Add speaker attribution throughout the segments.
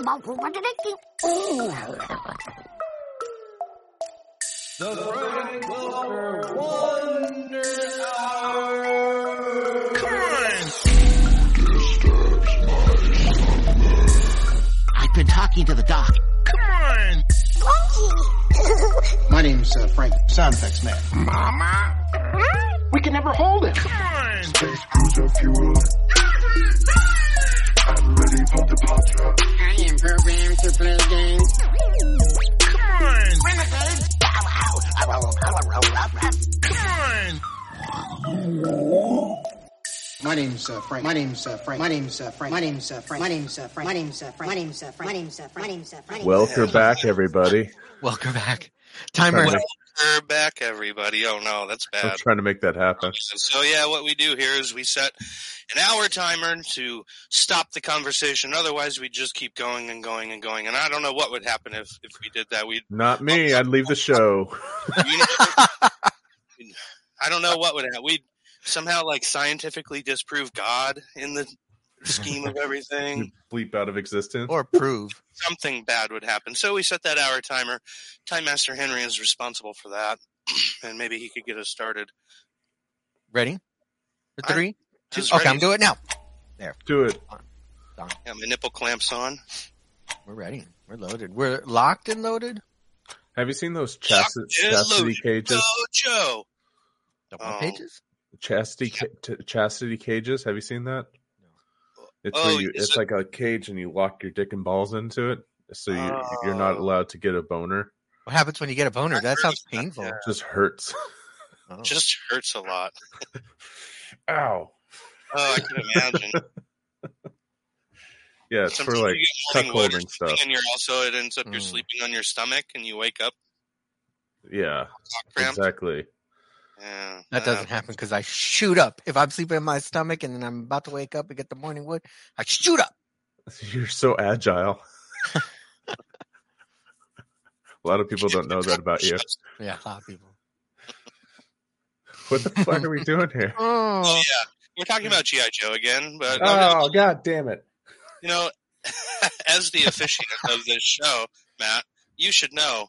Speaker 1: about for what
Speaker 2: The Friday Quilter Wonder Hour.
Speaker 3: I've been talking to the doc.
Speaker 4: My name's uh, Frank Soundfix Man.
Speaker 5: We can never hold him.
Speaker 1: I am programmed to play games.
Speaker 4: My name's uh, Frank. My name's uh, Frank. My name's uh, Frank. My name's uh, Frank. My name's uh, Frank. My name's uh, Frank. My name's uh, Frank. My name's uh, Frank. My name's uh, Frank.
Speaker 6: Welcome back, everybody.
Speaker 3: Welcome back.
Speaker 6: I'm
Speaker 3: Timer.
Speaker 6: trying, to make,
Speaker 7: We're back, everybody. Oh no, that's
Speaker 6: I'm
Speaker 7: bad.
Speaker 6: trying to make that happen.
Speaker 7: So yeah, what we do here is we set an hour timer to stop the conversation. Otherwise, we just keep going and going and going. And I don't know what would happen if if we did that. We'd
Speaker 6: Not me. I'd leave the show.
Speaker 7: you know, I don't know what would happen. We'd somehow like scientifically disprove God in the scheme of everything.
Speaker 6: Bleep out of existence.
Speaker 3: Or prove.
Speaker 7: Something bad would happen. So we set that hour timer. Time Master Henry is responsible for that, and maybe he could get us started.
Speaker 3: Ready? For
Speaker 7: I'm
Speaker 3: three? two-
Speaker 7: just
Speaker 3: okay,
Speaker 7: ready.
Speaker 3: I'm doing it now.
Speaker 6: Do it.
Speaker 7: Yeah, my nipple clamps on.
Speaker 3: We're ready. We're loaded. We're locked and loaded.
Speaker 6: Have you seen those chasti-
Speaker 7: Yeah,
Speaker 6: chastity
Speaker 7: loaded.
Speaker 6: cages?
Speaker 7: Oh, Dojo.
Speaker 3: Don't want
Speaker 7: Oh.
Speaker 3: pages?
Speaker 6: Chastity ca- t- chastity cages. Have you seen that? It's
Speaker 7: Oh,
Speaker 6: where you,
Speaker 7: is
Speaker 6: it's
Speaker 7: it-
Speaker 6: like a cage and you lock your dick and balls into it, so you you're not
Speaker 7: Oh.
Speaker 6: allowed to get a boner.
Speaker 3: What happens when you get a boner?
Speaker 7: I've
Speaker 3: That
Speaker 7: heard
Speaker 3: sounds
Speaker 7: of that,
Speaker 3: painful.
Speaker 7: yeah.
Speaker 6: It just hurts.
Speaker 3: Oh.
Speaker 7: Just hurts a lot.
Speaker 6: Ow.
Speaker 7: Oh, I can imagine.
Speaker 6: Yeah, it's for
Speaker 7: Sometimes
Speaker 6: like
Speaker 7: you get morning wood or
Speaker 6: cuckolding
Speaker 7: something
Speaker 6: stuff. Hmm.
Speaker 7: and you're also it ends up you're
Speaker 3: Mm.
Speaker 7: sleeping on your stomach and you wake up
Speaker 6: Yeah,
Speaker 7: cock cramped.
Speaker 6: exactly.
Speaker 7: Yeah,
Speaker 3: That
Speaker 7: uh,
Speaker 3: doesn't happen because I shoot up. If I'm sleeping in my stomach and then I'm about to wake up and get the morning wood, I shoot up.
Speaker 6: You're so agile. a lot of people don't know that about you.
Speaker 3: Yeah, a lot of people.
Speaker 6: What the fuck are we doing here?
Speaker 3: Oh,
Speaker 7: Oh yeah, we're talking about GI Joe again, but
Speaker 6: Oh god damn it.
Speaker 7: you know, as the officiant of this show, Matt, you should know.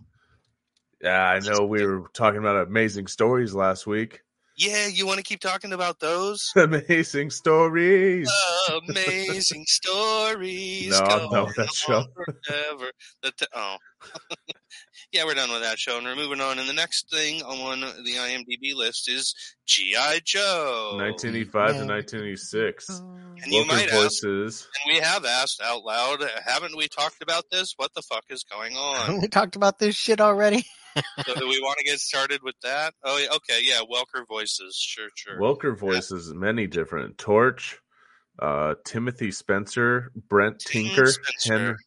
Speaker 6: Yeah, I know we were talking about amazing stories last week.
Speaker 7: Yeah, you want to keep talking about those
Speaker 6: Amazing stories.
Speaker 7: amazing stories.
Speaker 6: No, I'm
Speaker 7: go
Speaker 6: done with that
Speaker 7: on
Speaker 6: show.
Speaker 7: Forever. The t- oh, yeah, we're done with that show, and we're moving on. And the next thing on the IMDb list is GI Joe.
Speaker 6: 1985 to
Speaker 3: Yeah.
Speaker 6: 1986.
Speaker 7: and you
Speaker 6: Local
Speaker 7: might ask,
Speaker 6: voices.
Speaker 7: and we have asked out loud, haven't we talked about this? What the fuck is going on?
Speaker 3: we talked about this shit already.
Speaker 7: so do we want to get started with that? Oh, yeah, okay, yeah, Welker voices, sure, sure.
Speaker 6: Welker voices many different. Torch, uh, Timothy Spencer, Brent
Speaker 7: Tim
Speaker 6: Tinker,
Speaker 7: Spencer.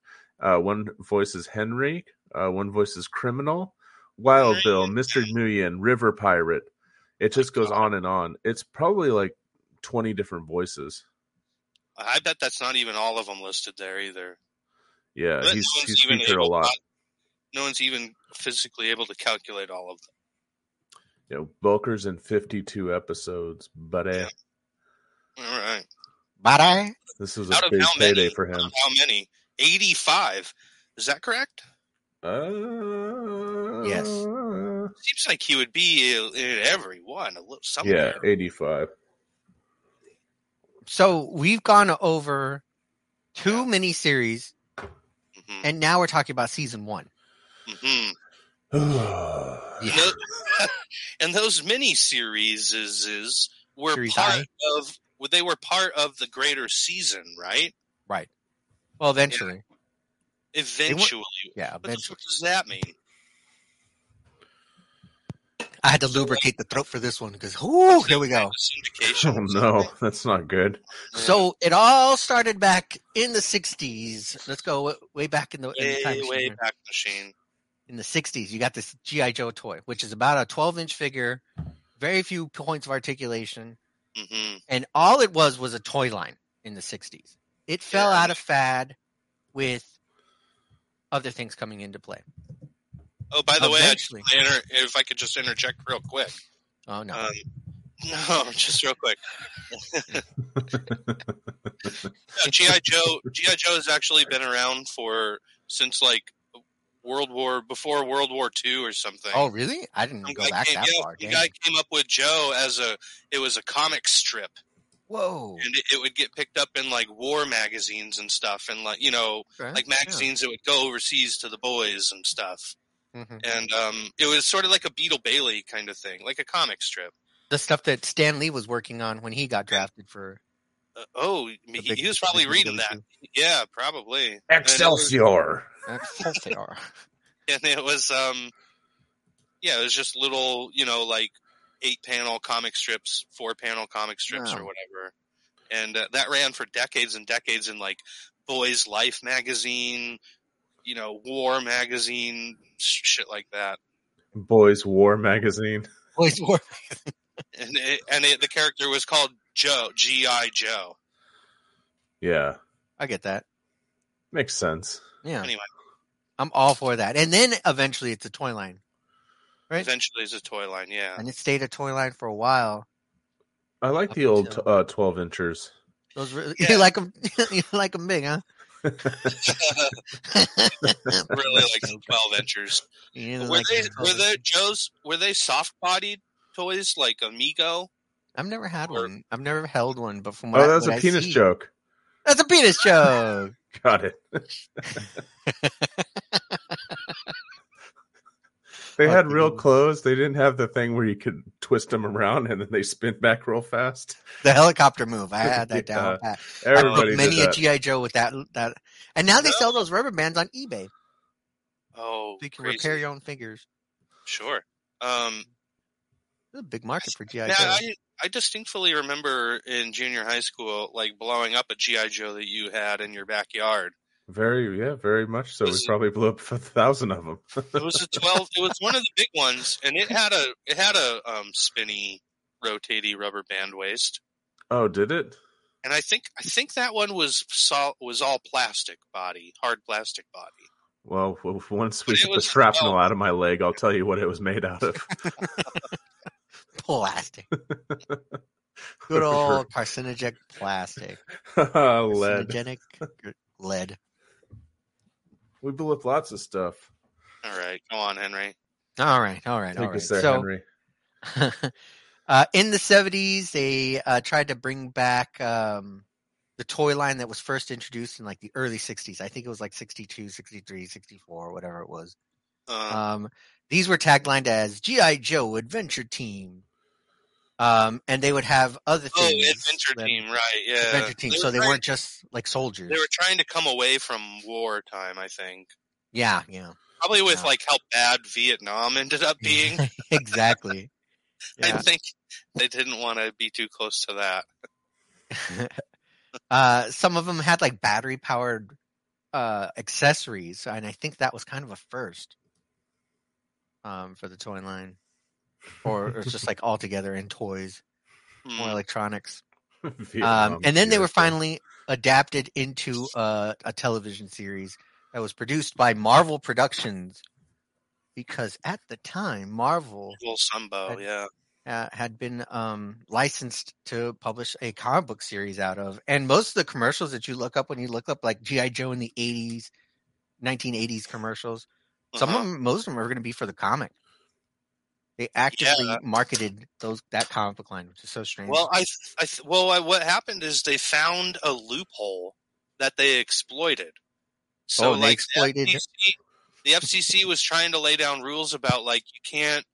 Speaker 6: Hen, uh, one voice is Henry, uh, one voice is Criminal, Wild
Speaker 7: Henry.
Speaker 6: Bill, Mr. Nguyen, River Pirate. It just goes on and on. It's probably like 20 different voices.
Speaker 7: I bet that's not even all of them listed there either.
Speaker 6: Yeah,
Speaker 7: But
Speaker 6: he's,
Speaker 7: no one's
Speaker 6: he's
Speaker 7: even
Speaker 6: featured a
Speaker 7: able-
Speaker 6: lot.
Speaker 7: No one's even physically able to calculate all of them.
Speaker 6: You know, Welker's in 52 episodes, but eh,
Speaker 7: All right.
Speaker 3: But I
Speaker 6: this was a
Speaker 7: Out of
Speaker 6: big
Speaker 7: how many?
Speaker 6: payday for him.
Speaker 7: How many? 85. Is that correct?
Speaker 6: Uh,
Speaker 3: Yes.
Speaker 7: Seems like he would be in in every one, a little
Speaker 6: Yeah,
Speaker 7: somewhere.
Speaker 6: 85.
Speaker 3: so we've gone over two miniseries,
Speaker 7: hmm
Speaker 3: and now we're talking about season one.
Speaker 7: hmm
Speaker 6: Oh,
Speaker 3: Yeah.
Speaker 7: Tho- and those mini series is, were
Speaker 3: Series
Speaker 7: part of well, they were part of the greater season, right?
Speaker 3: Right. Well, eventually.
Speaker 7: Eventually.
Speaker 3: Yeah,
Speaker 7: What the
Speaker 3: eventually.
Speaker 7: fuck does that mean?
Speaker 3: I had to lubricate the throat for this one because, ooh, here we go.
Speaker 7: Syndication.
Speaker 6: Oh no, that's not good.
Speaker 3: So it all started back in the 60s. Let's go w- way back in the, in the time
Speaker 7: way,
Speaker 3: machine
Speaker 7: way
Speaker 3: here.
Speaker 7: back machine.
Speaker 3: in the 60s you got this gi joe toy which is about a 12 inch figure very few points of articulation
Speaker 7: hmm
Speaker 3: and all it was was a toy line in the 60s it fell
Speaker 7: Yeah.
Speaker 3: out of fad with other things coming into play
Speaker 7: Oh, by the way, I-
Speaker 3: Eventually.
Speaker 7: I inter- if I could just interject real quick,
Speaker 3: oh no
Speaker 7: um, No, just real quick. No, GI Joe. GI Joe has actually been around for since like World War before World War II or something.
Speaker 3: Oh, really? I didn't
Speaker 7: Some
Speaker 3: go
Speaker 7: guy
Speaker 3: back
Speaker 7: came-
Speaker 3: that
Speaker 7: yeah,
Speaker 3: far.
Speaker 7: some
Speaker 3: dang.
Speaker 7: guy came up with Joe as a it was a comic strip,
Speaker 3: Whoa.
Speaker 7: and it, it would get picked up in like war magazines and stuff, and like you know
Speaker 3: Okay,
Speaker 7: like magazines that would go overseas to the boys and stuff.
Speaker 3: yeah. Mhm.
Speaker 7: And um, it was sort of like a Beetle Bailey kind of thing, like a comic strip.
Speaker 3: The stuff that Stan Lee was working on when he got drafted for.
Speaker 7: Uh, oh,
Speaker 3: the
Speaker 7: he,
Speaker 3: big-
Speaker 7: he was probably
Speaker 3: big
Speaker 7: reading that.
Speaker 3: W2.
Speaker 7: Yeah, probably. And it was-
Speaker 6: Excelsior.
Speaker 3: Of course they are.
Speaker 7: and it was um yeah it was just little you know like eight panel comic strips four panel comic strips or
Speaker 3: Wow.
Speaker 7: whatever and uh, that ran for decades and decades in like boys life magazine you know war magazine sh- shit like that
Speaker 6: Boys War magazine.
Speaker 3: Boys War.
Speaker 7: and it, and it, the character was called joe gi joe
Speaker 6: Yeah,
Speaker 3: I get that.
Speaker 6: makes sense.
Speaker 3: Yeah.
Speaker 7: Anyway.
Speaker 3: I'm all for that. And then eventually it's a toy line. Right.
Speaker 7: eventually it's a toy line yeah
Speaker 3: And it stayed a toy line for a while.
Speaker 6: I like
Speaker 3: Up
Speaker 6: the old
Speaker 3: until-
Speaker 6: uh, twelve inchers.
Speaker 3: Those really,
Speaker 7: Yeah.
Speaker 3: you like them you like 'em big, huh?
Speaker 7: really like the 12 inches
Speaker 3: You
Speaker 7: were
Speaker 3: didn't like
Speaker 7: they
Speaker 3: them
Speaker 7: were
Speaker 3: toys.
Speaker 7: they joe's were they soft bodied toys like amigo
Speaker 3: I've never had
Speaker 7: or-
Speaker 3: one. I've never held one, but from what
Speaker 6: Oh,
Speaker 3: I-
Speaker 6: that was
Speaker 3: what
Speaker 6: a
Speaker 3: I
Speaker 6: penis
Speaker 3: see-
Speaker 6: joke.
Speaker 3: That's a penis joke.
Speaker 6: Got it. they had
Speaker 3: Fucking-
Speaker 6: real clothes. They didn't have the thing where you could twist them around and then they spin back real fast.
Speaker 3: the helicopter move. I had that
Speaker 6: Yeah.
Speaker 3: down. pat. I bought
Speaker 6: Everybody did
Speaker 3: many a
Speaker 6: that.
Speaker 3: GI Joe with that. That and now they sell those rubber bands on eBay.
Speaker 7: Oh,
Speaker 3: So you can
Speaker 7: crazy.
Speaker 3: repair your own fingers.
Speaker 7: Sure. Um,
Speaker 3: There's a big market for GI
Speaker 7: now,
Speaker 3: Joe.
Speaker 7: I, I distinctly remember in junior high school, like blowing up a GI Joe that you had in your backyard.
Speaker 6: very, yeah, very much so. We
Speaker 7: Was-
Speaker 6: probably blew up a thousand of them.
Speaker 7: It was a twelve. it was one of the big ones, and it had a it had a um, spinny, rotatey rubber band waist.
Speaker 6: oh, did it?
Speaker 7: And I think I think that one was sol- was all plastic body, hard plastic body.
Speaker 6: Well, w- once we
Speaker 7: It
Speaker 6: get the
Speaker 7: was-
Speaker 6: shrapnel out of my leg, I'll tell you what it was made out of.
Speaker 3: plastic. Good old carcinogenic plastic.
Speaker 6: Lead.
Speaker 3: Carcinogenic g- lead.
Speaker 6: We blew up lots of stuff.
Speaker 7: All right, go on, Henry.
Speaker 3: All right, all right, all
Speaker 6: Take
Speaker 3: right.
Speaker 6: us there,
Speaker 3: So,
Speaker 6: Henry.
Speaker 3: uh, in the seventies, they uh, tried to bring back um, the toy line that was first introduced in like the early sixties. I think it was like 62, 63, 64, whatever it was.
Speaker 7: Uh,
Speaker 3: Um, these were taglined as GI Joe Adventure Team, um, and they would have other
Speaker 7: oh,
Speaker 3: things.
Speaker 7: Adventure
Speaker 3: that-
Speaker 7: Team, right? Yeah,
Speaker 3: Adventure Team.
Speaker 7: They
Speaker 3: so
Speaker 7: were
Speaker 3: they
Speaker 7: trying-
Speaker 3: weren't just like soldiers.
Speaker 7: They were trying to come away from wartime, I think.
Speaker 3: yeah, yeah,
Speaker 7: Probably with
Speaker 3: Yeah.
Speaker 7: like how bad Vietnam ended up being.
Speaker 3: exactly.
Speaker 7: I
Speaker 3: Yeah.
Speaker 7: think they didn't want to be too close to that.
Speaker 3: uh, some of them had like battery powered uh, accessories, and I think that was kind of a first um, for the toy line, or or it's just like altogether in toys
Speaker 7: Hmm.
Speaker 3: or electronics.
Speaker 6: Vietnam,
Speaker 3: Mm. Um, and then they were
Speaker 6: Vietnam.
Speaker 3: finally adapted into uh, a television series that was produced by Marvel Productions, because at the time Marvel
Speaker 7: Little Sumbo,
Speaker 3: That-
Speaker 7: yeah.
Speaker 3: uh, had been um, licensed to publish a comic book series out of. And most of the commercials that you look up when you look up like G.I. Joe in the 80s, 1980s commercials, some of
Speaker 7: Uh-huh.
Speaker 3: them, most of them are going to be for the comic. They actively marketed those that comic book line, which is so strange.
Speaker 7: Well, I, th- I th- well, I, what happened is they found a loophole that they exploited. So,
Speaker 3: Oh, they
Speaker 7: like
Speaker 3: exploited-
Speaker 7: the FCC, the FCC was trying to lay down rules about like you can't,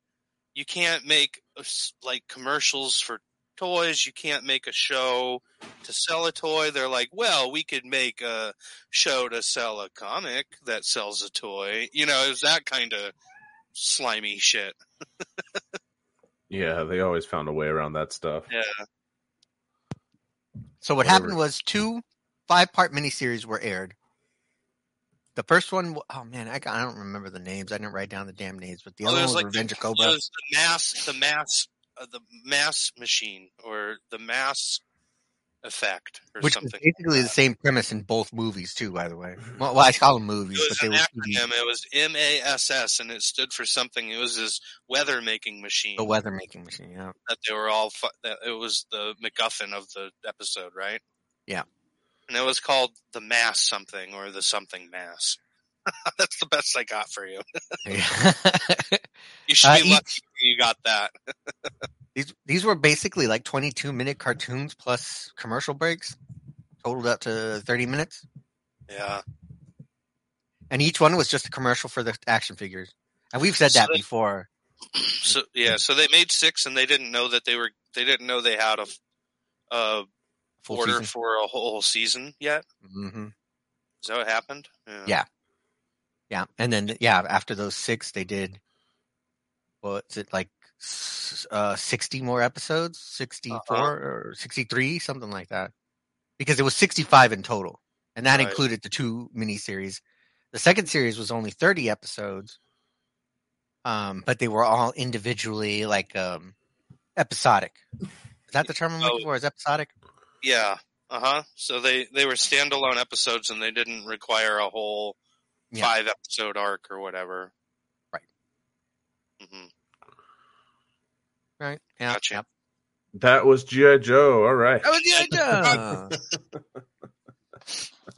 Speaker 7: you can't make a s- like commercials for toys. You can't make a show to sell a toy. They're like, well, we could make a show to sell a comic that sells a toy. You know, it was that kind of slimy shit.
Speaker 6: Yeah, they always found a way around that stuff.
Speaker 7: Yeah.
Speaker 3: so what
Speaker 6: whatever.
Speaker 3: happened was two five part miniseries were aired. The first one, w- oh man, I, ca- I don't remember the names. I didn't write down the damn names, but the
Speaker 7: Oh,
Speaker 3: other
Speaker 7: it
Speaker 3: one
Speaker 7: was
Speaker 3: was
Speaker 7: like the-
Speaker 3: Revenge of
Speaker 7: It
Speaker 3: Cobra.
Speaker 7: was the mass, the mass, uh, the mass machine, or the mass effect or
Speaker 3: which was
Speaker 7: something. Mm-hmm.
Speaker 3: basically the same premise in both movies too. By the way, well, well I call them movies,
Speaker 7: It
Speaker 3: but
Speaker 7: was
Speaker 3: they
Speaker 7: an
Speaker 3: were TV,
Speaker 7: acronym. It was M A S S, and it stood for something. It was this weather making machine
Speaker 3: the weather making machine. Yeah,
Speaker 7: that they were all. Fu- that it was the MacGuffin of the episode, right?
Speaker 3: Yeah.
Speaker 7: And it was called the mass something or the something mass. That's the best I got for you. You should
Speaker 3: Uh,
Speaker 7: be
Speaker 3: each-
Speaker 7: lucky you got that.
Speaker 3: these these were basically like 22 minute cartoons plus commercial breaks, totaled up to 30 minutes.
Speaker 7: Yeah.
Speaker 3: and each one was just a commercial for the action figures. And we've said that
Speaker 7: So-
Speaker 3: before.
Speaker 7: So yeah. So they made six, and they didn't know that they were. They didn't know they had a, f- a
Speaker 3: Full
Speaker 7: order
Speaker 3: season.
Speaker 7: for a whole season yet.
Speaker 3: hmm
Speaker 7: Is that what happened?
Speaker 3: Yeah. Yeah, and then yeah, after those six, they did. What's it like? s- Uh, sixty more episodes,
Speaker 7: Uh-huh.
Speaker 3: 64 or sixty-three, something like that, because it was sixty-five in total, and that
Speaker 7: Right.
Speaker 3: included the two miniseries. The second series was only thirty episodes, um, but they were all individually like um, episodic. Is that the term I'm looking
Speaker 7: Oh.
Speaker 3: for? Is episodic?
Speaker 7: Yeah. Uh huh. So they they were standalone episodes, and they didn't require a whole
Speaker 3: Yeah.
Speaker 7: five episode arc or whatever.
Speaker 3: Right.
Speaker 7: hmm
Speaker 3: Right. Yeah.
Speaker 7: Gotcha.
Speaker 3: Yep.
Speaker 6: That was GI Joe. All right.
Speaker 3: That was the idea.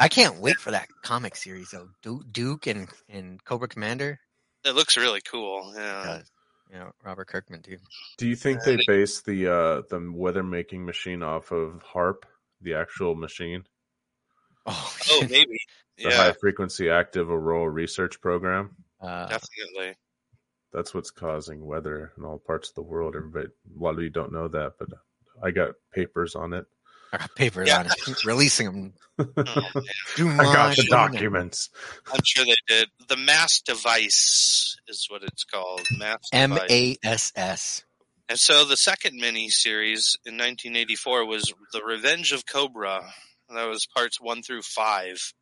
Speaker 3: I can't wait for that comic series though. Du- Duke and, and Cobra Commander.
Speaker 7: It looks really cool. Yeah.
Speaker 3: Uh, you know, Robert Kirkman too.
Speaker 6: Do you think they based the uh the weather making machine off of HARP, the actual machine,
Speaker 3: Oh,
Speaker 7: Oh, maybe.
Speaker 6: the
Speaker 7: yeah.
Speaker 6: high frequency active auroral research program?
Speaker 3: uh,
Speaker 7: Definitely.
Speaker 6: That's what's causing weather in all parts of the world. Everybody, a lot of you don't know that, but I got papers on it.
Speaker 3: I got papers
Speaker 7: Yeah.
Speaker 3: on it. Releasing them.
Speaker 7: Oh, man.
Speaker 3: Do
Speaker 6: I got the
Speaker 3: my-
Speaker 6: documents.
Speaker 7: I'm sure they did. The mass device is what it's called. Mass
Speaker 3: M
Speaker 7: device.
Speaker 3: A S S.
Speaker 7: And so the second mini series in 1984 was The Revenge of Cobra. That was parts one through five.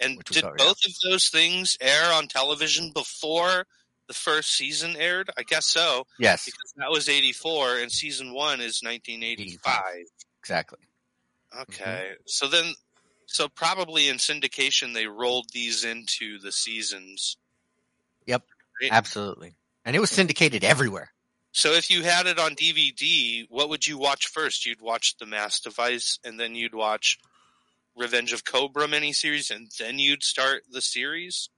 Speaker 7: And
Speaker 3: Which was
Speaker 7: did
Speaker 3: already
Speaker 7: both of those things air on television before the first season aired? I guess so,
Speaker 3: Yes,
Speaker 7: because that was 84 and season one is 1985.
Speaker 3: exactly.
Speaker 7: Okay.
Speaker 3: Mm-hmm.
Speaker 7: So then, so probably in syndication, they rolled these into the seasons.
Speaker 3: Absolutely. And it was syndicated everywhere.
Speaker 7: So if you had it on DVD, what would you watch first? You'd watch The Mass Device, and then you'd watch Revenge of Cobra miniseries, and then you'd start the series.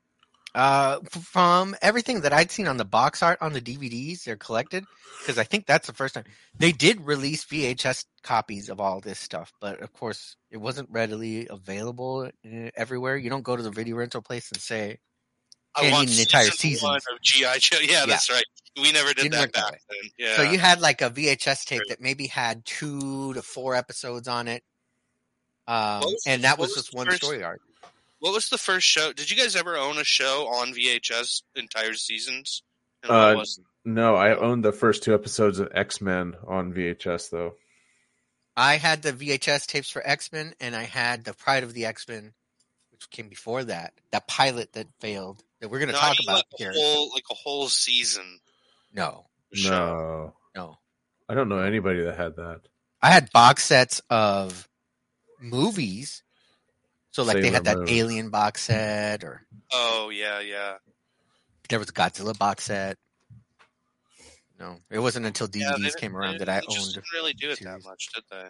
Speaker 3: Uh, f- from everything that I'd seen on the box art on the DVDs, they're collected because I think that's the first time they did release VHS copies of all this stuff. But of course, it wasn't readily available eh, everywhere. You don't go to the video rental place and say,
Speaker 7: I
Speaker 3: And
Speaker 7: want
Speaker 3: in the entire
Speaker 7: season one
Speaker 3: seasons.
Speaker 7: of GI Joe. Yeah, that's right. We never did
Speaker 3: Didn't
Speaker 7: that
Speaker 3: work that
Speaker 7: back
Speaker 3: way.
Speaker 7: then. Yeah.
Speaker 3: so you had like a VHS tape
Speaker 7: Right.
Speaker 3: that maybe had two to four episodes on it. Um,
Speaker 7: What was
Speaker 3: and
Speaker 7: the-
Speaker 3: that
Speaker 7: what
Speaker 3: was
Speaker 7: was
Speaker 3: just
Speaker 7: the
Speaker 3: one
Speaker 7: first-
Speaker 3: story arc.
Speaker 7: what was the first show? Did you guys ever own a show on VHS entire seasons? And
Speaker 6: Uh,
Speaker 7: what was
Speaker 6: No, I owned the first two episodes of X Men on VHS though.
Speaker 3: I had the VHS tapes for X Men, and I had the Pride of the X Men, which came before that. That pilot that failed that we're going to
Speaker 7: No, I
Speaker 3: talk
Speaker 7: mean,
Speaker 3: about
Speaker 7: like
Speaker 3: here.
Speaker 7: a whole like a whole season
Speaker 3: No,
Speaker 7: show.
Speaker 6: No,
Speaker 3: no.
Speaker 6: I don't know anybody that had that.
Speaker 3: I had box sets of movies. So like they
Speaker 6: Sailor
Speaker 3: had that
Speaker 6: Moon.
Speaker 3: Alien box set, or
Speaker 7: Oh yeah, yeah.
Speaker 3: there was a Godzilla box set. No, it wasn't until
Speaker 7: Yeah, they
Speaker 3: DVDs
Speaker 7: didn't-
Speaker 3: came
Speaker 7: they
Speaker 3: around that
Speaker 7: didn't-
Speaker 3: I
Speaker 7: they just
Speaker 3: owned.
Speaker 7: didn't really do it that
Speaker 3: series.
Speaker 7: much, did they?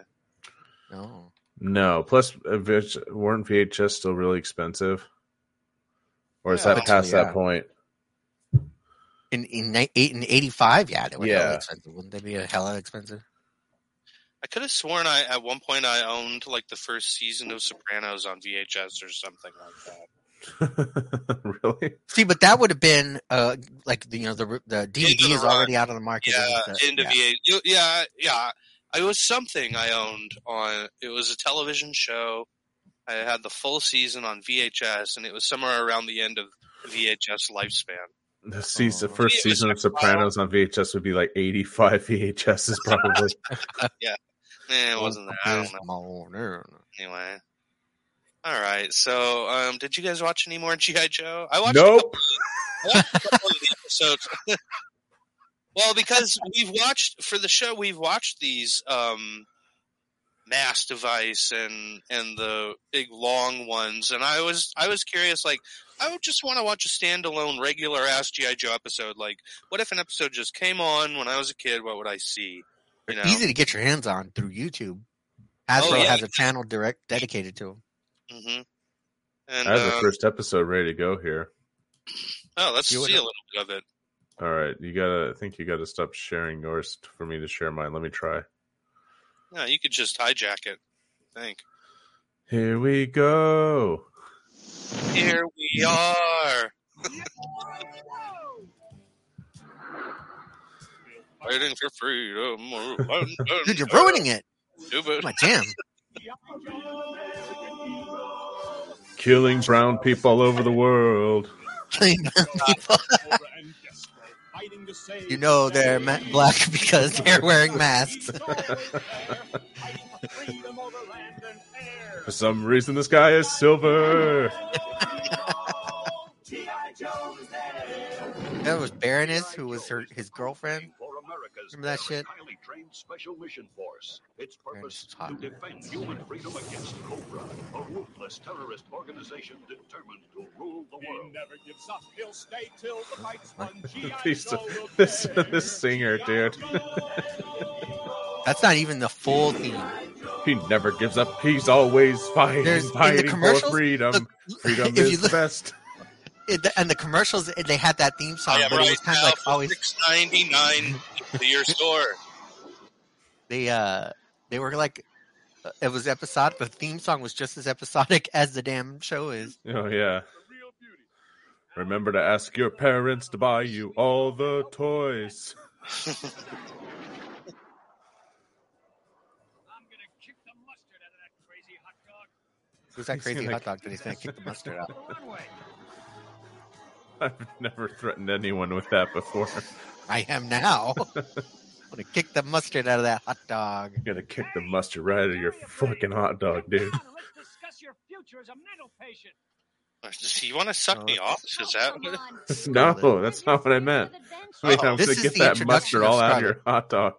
Speaker 3: No,
Speaker 6: No, plus uh, VH, weren't VHS still really expensive? Or is
Speaker 7: Yeah.
Speaker 6: that
Speaker 3: Potentially,
Speaker 6: past
Speaker 3: yeah.
Speaker 6: that point?
Speaker 3: in in ni- eight in eighty five, yeah, they were hella
Speaker 6: Yeah.
Speaker 3: expensive. Wouldn't they be a hella expensive?
Speaker 7: I could have sworn I at one point I owned like the first season of Sopranos on VHS or something like that.
Speaker 6: really?
Speaker 3: See, but that would have been uh like the, you know the the DVD
Speaker 7: the
Speaker 3: is
Speaker 7: Run.
Speaker 3: already out on the market.
Speaker 7: Yeah,
Speaker 3: It's, uh,
Speaker 7: into
Speaker 3: yeah.
Speaker 7: VH. you- Yeah, yeah. It was something I owned on. It was a television show. I had the full season on VHS, and it was somewhere around the end of VHS lifespan.
Speaker 6: The season,
Speaker 3: Oh.
Speaker 6: first
Speaker 7: It was
Speaker 6: season of
Speaker 7: like, wow.
Speaker 6: Sopranos on VHS would be like 85 VHS is probably.
Speaker 7: Eh,
Speaker 3: Oh,
Speaker 7: it wasn't that. I don't know. Anyway. All right. So, um, did you guys watch any more GI Joe? I watched a
Speaker 6: nope.
Speaker 7: couple of the episodes. well, because we've watched for the show, we've watched these um, mass device and and the big long ones and i was i was curious like i would just want to watch a standalone regular ass gi joe episode like what if an episode just came on when i was a kid what would i see you know
Speaker 3: Easy to get your hands on through YouTube. Hasbro
Speaker 7: Oh, yeah.
Speaker 3: has a channel direct dedicated to them.
Speaker 7: hmm and
Speaker 6: I have the
Speaker 7: uh,
Speaker 6: first episode ready to go here.
Speaker 7: oh let's see
Speaker 3: You
Speaker 7: a
Speaker 3: would-
Speaker 7: little bit of it
Speaker 6: All right, you gotta. I think you gotta stop sharing yours for me to share mine. Let me try.
Speaker 7: no you could just hijack it i think
Speaker 6: Here we go.
Speaker 7: here we are Waiting for freedom.
Speaker 3: Dude, you're ruining it. Oh
Speaker 7: Stupid.
Speaker 3: My jam.
Speaker 6: Killing brown people all over the world.
Speaker 3: you know they're ma- black because they're wearing masks.
Speaker 6: For some reason, the sky is silver.
Speaker 3: That was Baroness, who was her his girlfriend. Remember that shit? Baroness was hot.
Speaker 6: These- this this singer, dude.
Speaker 3: That's not even the full theme.
Speaker 6: He never gives up. He's always fighting,
Speaker 3: There's- in the
Speaker 6: fighting for
Speaker 3: commercials,
Speaker 6: freedom.
Speaker 3: look,
Speaker 6: freedom
Speaker 3: if you
Speaker 6: is
Speaker 3: look-
Speaker 6: best.
Speaker 3: It, and the commercials, they had that theme song,
Speaker 7: I am
Speaker 3: but it
Speaker 7: right
Speaker 3: was kind of
Speaker 7: now
Speaker 3: like
Speaker 7: for
Speaker 3: always
Speaker 7: six ninety nine to your store.
Speaker 3: they uh they were like uh, it was episodic. The theme song was just as episodic as the damn show is.
Speaker 6: Oh yeah. Remember to ask your parents to buy you all the toys.
Speaker 3: Who's that
Speaker 6: He's
Speaker 3: crazy
Speaker 6: gonna-
Speaker 3: hot dog that he's gonna kick the mustard out?
Speaker 6: I've never threatened anyone with that before.
Speaker 3: I am now. I'm gonna kick the mustard out of that hot dog.
Speaker 6: You're gonna kick the mustard right out of your fucking hot dog, dude.
Speaker 8: Let's discuss your future as a mental patient.
Speaker 7: Does he want to suck
Speaker 3: Oh,
Speaker 7: me off? Is that?
Speaker 6: No, Oh, that's not what I meant. I mean,
Speaker 7: Oh,
Speaker 6: I'm
Speaker 3: this
Speaker 6: gonna
Speaker 3: is
Speaker 6: get
Speaker 3: the
Speaker 6: that
Speaker 3: introduction
Speaker 6: mustard
Speaker 3: of
Speaker 6: all out of your hot dog.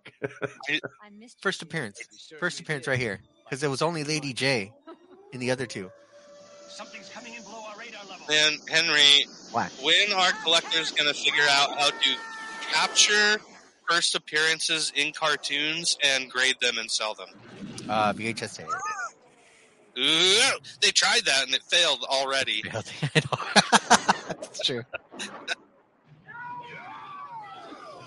Speaker 3: First appearance. First appearance right here. Because it was only Lady J in the other two.
Speaker 8: Something's coming in below our radar level.
Speaker 7: Then Henry,
Speaker 3: What?
Speaker 7: when are collectors going to figure out how to capture first appearances in cartoons and grade them and sell them?
Speaker 3: Uh VHS tape.
Speaker 7: Ooh, they tried that and it failed already.
Speaker 3: That's true.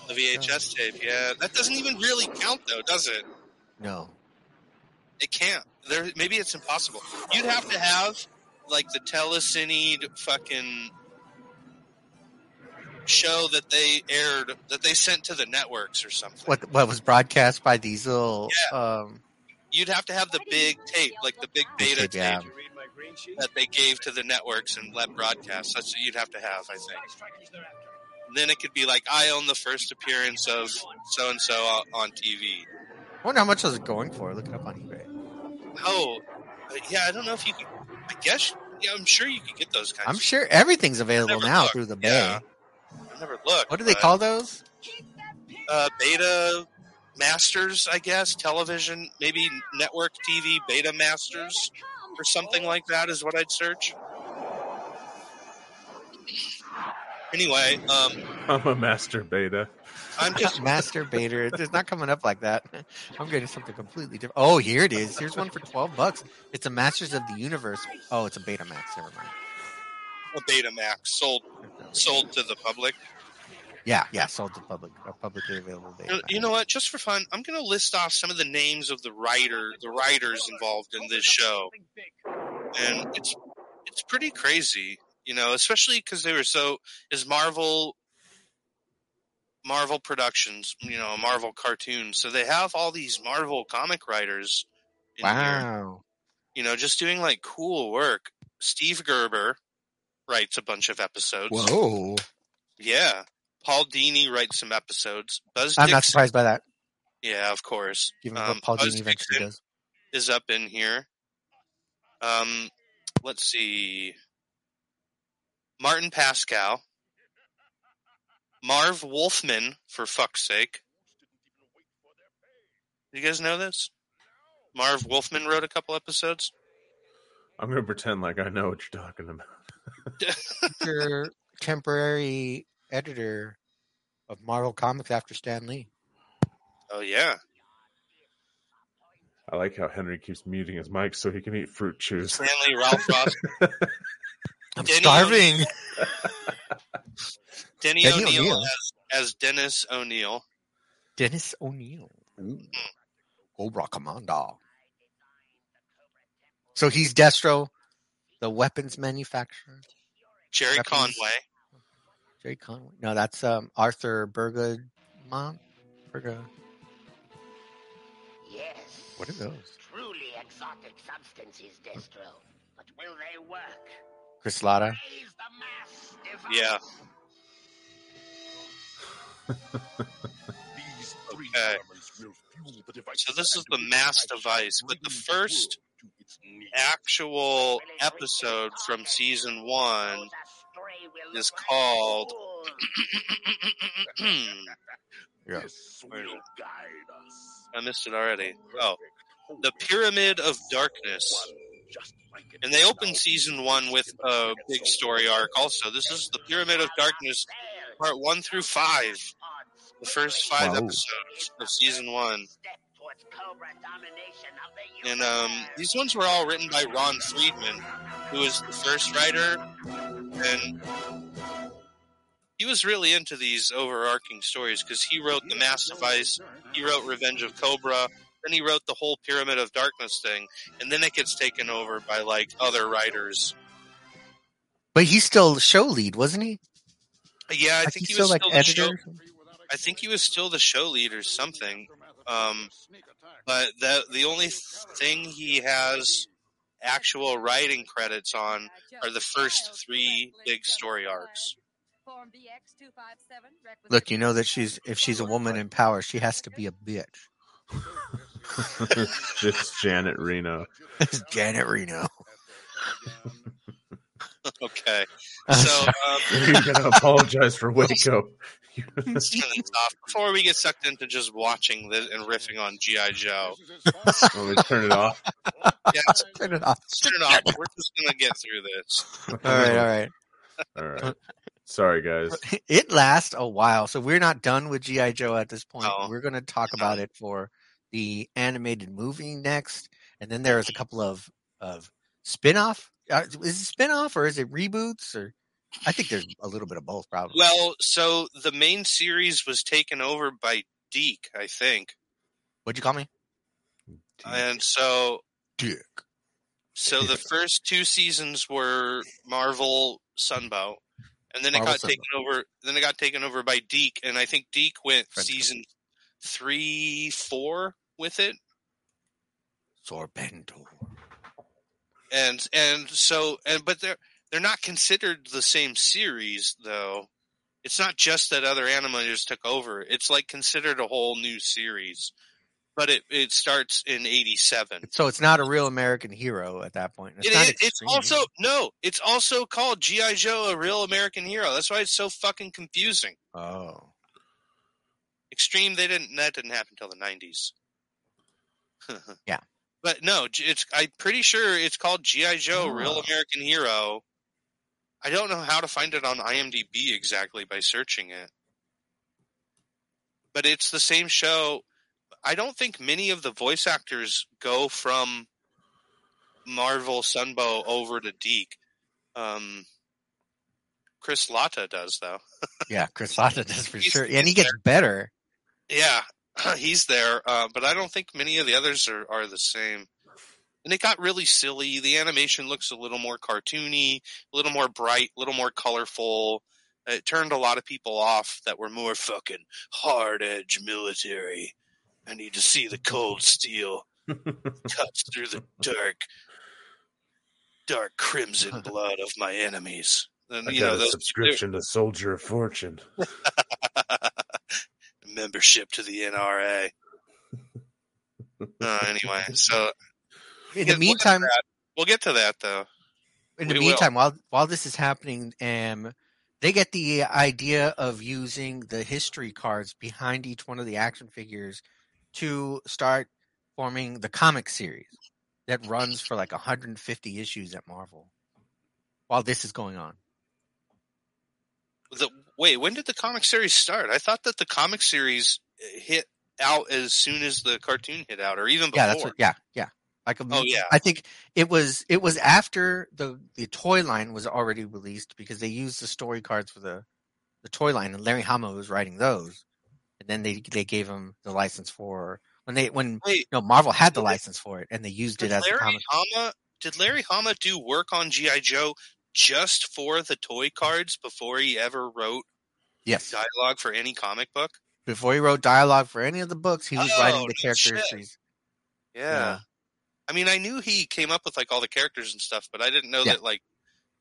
Speaker 7: The VHS tape, yeah, that doesn't even really count though, does it?
Speaker 3: No.
Speaker 7: It can't. There, maybe it's impossible. You'd have to have like the Telecineed fucking show that they aired, that they sent to the networks or something.
Speaker 3: What what was broadcast by these little um
Speaker 7: You'd have to have the big tape, like the big beta tape
Speaker 3: yeah.
Speaker 7: that they gave to the networks and let broadcast. That's what you'd have to have, I think. Then it could be like, I own the first appearance of so and so on TV.
Speaker 3: I wonder how much was it going for. Look it up on eBay.
Speaker 7: Oh, but yeah, I don't know if you could. I guess, yeah, I'm sure you could get those kinds
Speaker 3: I'm
Speaker 7: of
Speaker 3: sure everything's available
Speaker 7: Never
Speaker 3: now
Speaker 7: looked,
Speaker 3: through the bay.
Speaker 7: yeah. I never looked.
Speaker 3: What do they
Speaker 7: but-
Speaker 3: call those?
Speaker 7: uh, beta masters, I guess, television, maybe network TV beta masters or something like that is what I'd search. Anyway, um,
Speaker 6: I'm a master beta.
Speaker 7: I'm just
Speaker 3: Masturbator. It's not coming up like that. I'm getting something completely different. Oh, here it is. Here's one for twelve bucks. It's a Masters of the Universe. Oh, it's a Betamax. Never mind.
Speaker 7: a Betamax sold sold to the public.
Speaker 3: Yeah, yeah, sold to public, a publicly available
Speaker 7: You know-
Speaker 3: Betamax.
Speaker 7: You know what? Just for fun, I'm going to list off some of the names of the writer, the writers involved in this show, and it's it's pretty crazy. You know, especially because they were so is Marvel Marvel Productions. You know, Marvel cartoons. So they have all these Marvel comic writers. In Here,
Speaker 3: wow.
Speaker 7: you know, just doing like cool work. Steve Gerber writes a bunch of episodes.
Speaker 3: Whoa.
Speaker 7: Yeah. Paul Dini writes some episodes. Buzz
Speaker 3: I'm not
Speaker 7: Dixon
Speaker 3: surprised by that,
Speaker 7: Yeah, of course.
Speaker 3: given
Speaker 7: Um,
Speaker 3: what Paul
Speaker 7: Buzz
Speaker 3: Dini eventually
Speaker 7: Dixon
Speaker 3: does.
Speaker 7: is up in here. Um, let's see. Martin Pascal, Marv Wolfman, for fuck's sake. You guys know this? Marv Wolfman wrote a couple episodes.
Speaker 6: I'm gonna pretend like I know what you're talking about.
Speaker 3: Your temporary editor of Marvel Comics after Stan Lee.
Speaker 7: Oh yeah,
Speaker 6: I like how Henry keeps muting his mic so he can eat fruit chews.
Speaker 7: Stanley Ralph Ross,
Speaker 3: I'm
Speaker 7: Denny
Speaker 3: starving.
Speaker 7: Denny
Speaker 3: Denny
Speaker 7: O'Neill
Speaker 3: O'Neill.
Speaker 7: as, as Dennis O'Neill.
Speaker 3: Dennis O'Neill. Ooh. Cobra Commando. So he's Destro, the weapons manufacturer.
Speaker 7: Jerry
Speaker 3: Weapons.
Speaker 7: Conway.
Speaker 3: Jerry Conway. No, that's um, Arthur Bergamont. Berga.
Speaker 9: Yes.
Speaker 3: What are those?
Speaker 9: Truly exotic substances, Destro. But will they work?
Speaker 3: Chris Latta.
Speaker 9: Raise the mass divine.
Speaker 7: Yeah.
Speaker 10: These three
Speaker 7: Okay.
Speaker 10: elements will fuel the device.
Speaker 7: So this is the mass device, but the first Actual episode from season one. is called- I
Speaker 3: Yeah.
Speaker 10: This will guide us.
Speaker 7: missed it already. Oh, the Pyramid of Darkness. And they opened season one with a big story arc. Also, this is the Pyramid of Darkness, part one through five. The first five
Speaker 6: Wow.
Speaker 7: episodes of season one, and um, these ones were all written by Ron Friedman, who was the first writer, and he was really into these overarching stories because he wrote the Mass Device, he wrote Revenge of Cobra, then he wrote the whole Pyramid of Darkness thing, and then it gets taken over by like other writers.
Speaker 3: But he's still show lead, wasn't he?
Speaker 7: Yeah, I
Speaker 3: Like,
Speaker 7: think
Speaker 3: he's
Speaker 7: he was
Speaker 3: still,
Speaker 7: still
Speaker 3: like,
Speaker 7: the show.
Speaker 3: editor?
Speaker 7: I think he was still the show lead or something. Um, but the the only thing he has actual writing credits on are the first three big story arcs.
Speaker 3: Look, you know that she's if she's a woman in power, she has to be a bitch.
Speaker 6: it's just Janet Reno.
Speaker 3: It's Janet Reno.
Speaker 7: Okay, so um,
Speaker 6: You're gonna apologize for Waco.
Speaker 7: let's turn this off before we get sucked into just watching this and riffing on GI Joe.
Speaker 6: Let me turn it off.
Speaker 7: Yeah, let's
Speaker 3: Turn it off.
Speaker 7: turn it off. We're just gonna get through this.
Speaker 6: All
Speaker 3: All right, all right.
Speaker 6: all right. Sorry, guys.
Speaker 3: It lasts a while, so we're not done with GI Joe at this point.
Speaker 7: No.
Speaker 3: We're going to talk about it for the animated movie next, and then there is a couple of of spin-off. Uh, is it spin-off or is it reboots or I think there's a little bit of both probably.
Speaker 7: Well, so the main series was taken over by Deke, I think,
Speaker 3: What'd you call me?
Speaker 7: and so
Speaker 3: Dick.
Speaker 7: So the first two seasons were Marvel Sunbow, and then it
Speaker 3: Marvel
Speaker 7: got taken over. Then it got taken over by Deke, and I think Deke went
Speaker 3: Friends.
Speaker 7: season three, four with it,
Speaker 3: Sorbentor.
Speaker 7: and and so and but they're they're not considered the same series though. It's not just that other animators took over. It's like considered a whole new series, but it it starts in eighty seven.
Speaker 3: So it's not a real American hero at that point. It's,
Speaker 7: It
Speaker 3: not
Speaker 7: is- it's
Speaker 3: Extreme
Speaker 7: also
Speaker 3: Hero.
Speaker 7: no. It's also called GI Joe: A Real American Hero. That's why it's so fucking confusing.
Speaker 3: oh.
Speaker 7: Extreme. They didn't. That didn't happen until the nineties.
Speaker 3: Yeah.
Speaker 7: But no, G- it's. I'm pretty sure it's called GI Joe: A Real
Speaker 3: Ah.
Speaker 7: American Hero. I don't know how to find it on IMDb exactly by searching it. But it's the same show. I don't think many of the voice actors go from Marvel Sunbow over to Deke. Um, Chris Latta does though.
Speaker 3: Yeah, Chris Latta does for
Speaker 7: He's-
Speaker 3: sure.
Speaker 7: he's
Speaker 3: And he gets better.
Speaker 7: Yeah, he's there, uh, but I don't think many of the others are, are the same. And it got really silly. The animation looks a little more cartoony, a little more bright, a little more colorful. It turned a lot of people off that were more fucking hard edge military. I need to see the cold steel cuts through the dark, dark crimson blood of my enemies. And,
Speaker 6: I
Speaker 7: you know,
Speaker 6: got a
Speaker 7: those,
Speaker 6: subscription to Soldier of Fortune.
Speaker 7: membership to the NRA. Uh, anyway, so
Speaker 3: In
Speaker 7: Yeah,
Speaker 3: the
Speaker 7: we'll get to
Speaker 3: meantime,
Speaker 7: that. we'll get to that though.
Speaker 3: in the
Speaker 7: We will.
Speaker 3: meantime, while while this is happening, um, they get the idea of using the history cards behind each one of the action figures to start platforming the comic series that runs for like 150 issues at Marvel while this is going on.
Speaker 7: The, wait, when did the comic series start? I thought that the comic series hit out as soon as the cartoon hit out, or even before.
Speaker 3: Yeah, that's what, yeah, yeah. Like a,
Speaker 7: Oh, yeah.
Speaker 3: I think it was it was after the the toy line was already released because they used the story cards for the the toy line and Larry Hama was writing those, and then they they gave him the license for when they when
Speaker 7: Wait.
Speaker 3: no Marvel had the license for it and they used it
Speaker 7: Did
Speaker 3: as a
Speaker 7: Larry
Speaker 3: comic.
Speaker 7: Hama? Did Larry Hama do work on GI Joe just for the toy cards before he ever wrote
Speaker 3: Yes,
Speaker 7: dialogue for any comic book?
Speaker 3: before he wrote dialogue for any of the books, he was
Speaker 7: Oh,
Speaker 3: writing the
Speaker 7: no
Speaker 3: character
Speaker 7: shit.
Speaker 3: trees.
Speaker 7: Yeah. I mean, I knew he came up with like all the characters and stuff, but I didn't know
Speaker 3: Yeah.
Speaker 7: that like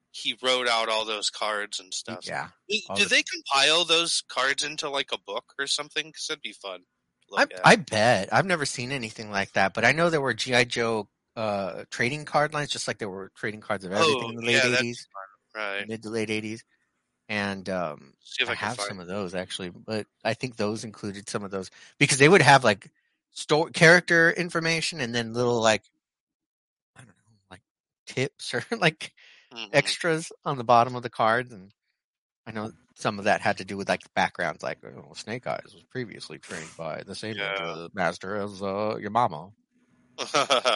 Speaker 7: he wrote out all those cards and stuff.
Speaker 3: yeah.
Speaker 7: Do,
Speaker 3: all
Speaker 7: do
Speaker 3: the-
Speaker 7: they compile those cards into like a book or something? Because that'd be fun. to
Speaker 3: I,
Speaker 7: look at.
Speaker 3: I bet. I've never seen anything like that, but I know there were GI Joe uh, trading card lines, just like there were trading cards of everything
Speaker 7: Oh,
Speaker 3: in the
Speaker 7: yeah,
Speaker 3: late
Speaker 7: that'd be
Speaker 3: '80s,
Speaker 7: right.
Speaker 3: mid to late '80s, and um,
Speaker 7: See if
Speaker 3: I,
Speaker 7: I, can
Speaker 3: have
Speaker 7: find.
Speaker 3: some of those actually. But I think those included some of those because they would have like store character information and then little like I don't know, like tips or like
Speaker 7: Mhm.
Speaker 3: extras on the bottom of the cards. And I know some of that had to do with like backgrounds, like oh, Snake Eyes was previously trained by the same
Speaker 7: Yeah.
Speaker 3: uh, master as uh, your mama.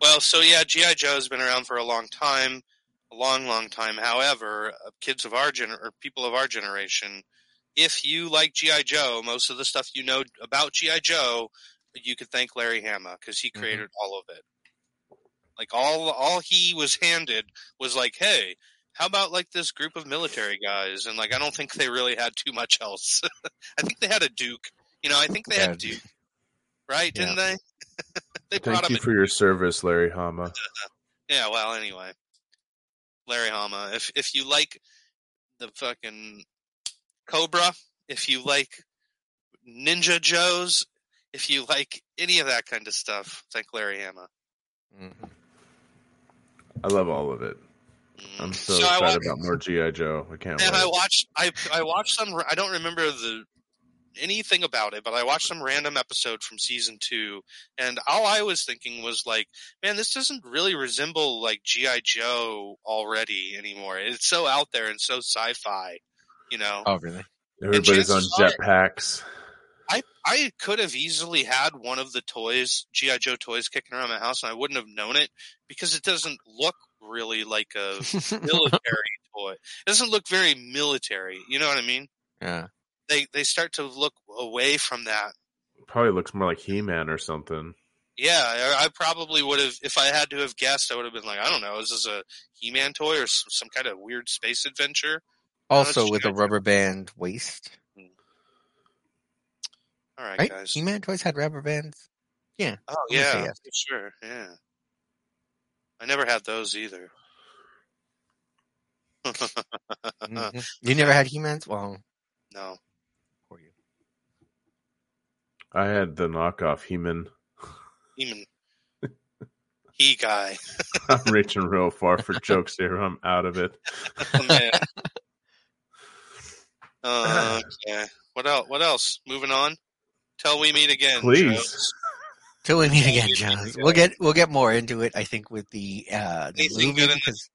Speaker 7: well, so yeah, GI Joe has been around for a long time, a long, long time. However, uh, kids of our gener or people of our generation, if you like GI Joe, most of the stuff you know about GI Joe, you could thank Larry Hama because he
Speaker 3: Mhm.
Speaker 7: created all of it. Like all, all he was handed was like, hey. How about like this group of military guys? And like, I don't think they really had too much else. I think they had a duke. You know, I think they had a
Speaker 3: Yeah.
Speaker 7: duke, right?
Speaker 3: Yeah.
Speaker 7: Didn't they? they brought
Speaker 6: Thank
Speaker 7: him
Speaker 6: you
Speaker 7: a
Speaker 6: for your service, Larry Hama.
Speaker 7: Yeah, well, anyway, Larry Hama. If if you like the fucking Cobra, if you like Ninja Joes, if you like any of that kind of stuff, thank Larry Hama.
Speaker 3: Mhm.
Speaker 6: I love all of it.
Speaker 7: Mm.
Speaker 6: I'm so,
Speaker 7: I
Speaker 6: excited
Speaker 7: watched,
Speaker 6: about more GI Joe. I can't.
Speaker 7: and
Speaker 6: wait.
Speaker 7: I watched I I watched some. I don't remember the anything about it, but I watched some random episode from season two, and all I was thinking was like, man, this doesn't really resemble like GI Joe already anymore. It's so out there and so sci-fi, you know.
Speaker 3: Oh, really?
Speaker 6: Everybody's on
Speaker 7: chances are-
Speaker 6: jetpacks.
Speaker 7: I I could have easily had one of the toys, GI Joe toys, kicking around my house, and I wouldn't have known it because it doesn't look really like a military toy. It doesn't look very military. You know what I mean?
Speaker 3: yeah.
Speaker 7: They they start to look away from that.
Speaker 6: Probably looks more like He Man or something.
Speaker 7: Yeah, I, I probably would have if I had to have guessed. I would have been like, I don't know, is this a He-Man toy or s- some kind of weird space adventure?
Speaker 3: Also
Speaker 7: it's
Speaker 3: with a rubber band waist.
Speaker 7: All right,
Speaker 3: Right?
Speaker 7: guys.
Speaker 3: He Man toys had rubber bands.
Speaker 7: Oh
Speaker 3: I'm gonna say
Speaker 7: yeah,
Speaker 3: yes.
Speaker 7: for sure. Yeah, I never had those either.
Speaker 3: Mhm. You never had He Man's? Well,
Speaker 7: No.
Speaker 3: for you.
Speaker 6: I had the knockoff He Man.
Speaker 7: Demon. he guy.
Speaker 6: I'm reaching real far for jokes here. I'm out of it.
Speaker 7: Oh, man. Uh, okay. What else? What else? Moving on. Till we meet again.
Speaker 6: Please.
Speaker 7: Jones.
Speaker 3: Till we meet
Speaker 7: Till we
Speaker 3: again,
Speaker 7: meet
Speaker 3: Jones.
Speaker 7: again.
Speaker 3: We'll get we'll get more into it. I think with the uh the
Speaker 7: Anything
Speaker 3: movie
Speaker 7: good in the-
Speaker 3: because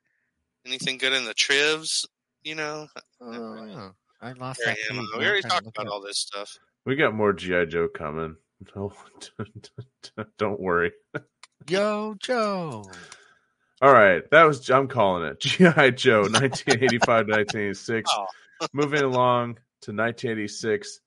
Speaker 7: anything good in the trivs? You know,
Speaker 3: oh,
Speaker 7: really.
Speaker 3: yeah. I lost
Speaker 7: There
Speaker 3: that.
Speaker 7: I
Speaker 3: page.
Speaker 7: am. we
Speaker 3: Now I'm trying
Speaker 7: already
Speaker 3: to
Speaker 7: talked
Speaker 3: look
Speaker 7: about
Speaker 3: it up.
Speaker 7: all this stuff.
Speaker 6: We got more GI Joe coming. No, don't worry.
Speaker 3: Yo, Joe.
Speaker 6: All right, that was I'm calling it GI Joe 1985 to 1986.
Speaker 7: Oh.
Speaker 6: Moving along to 1986,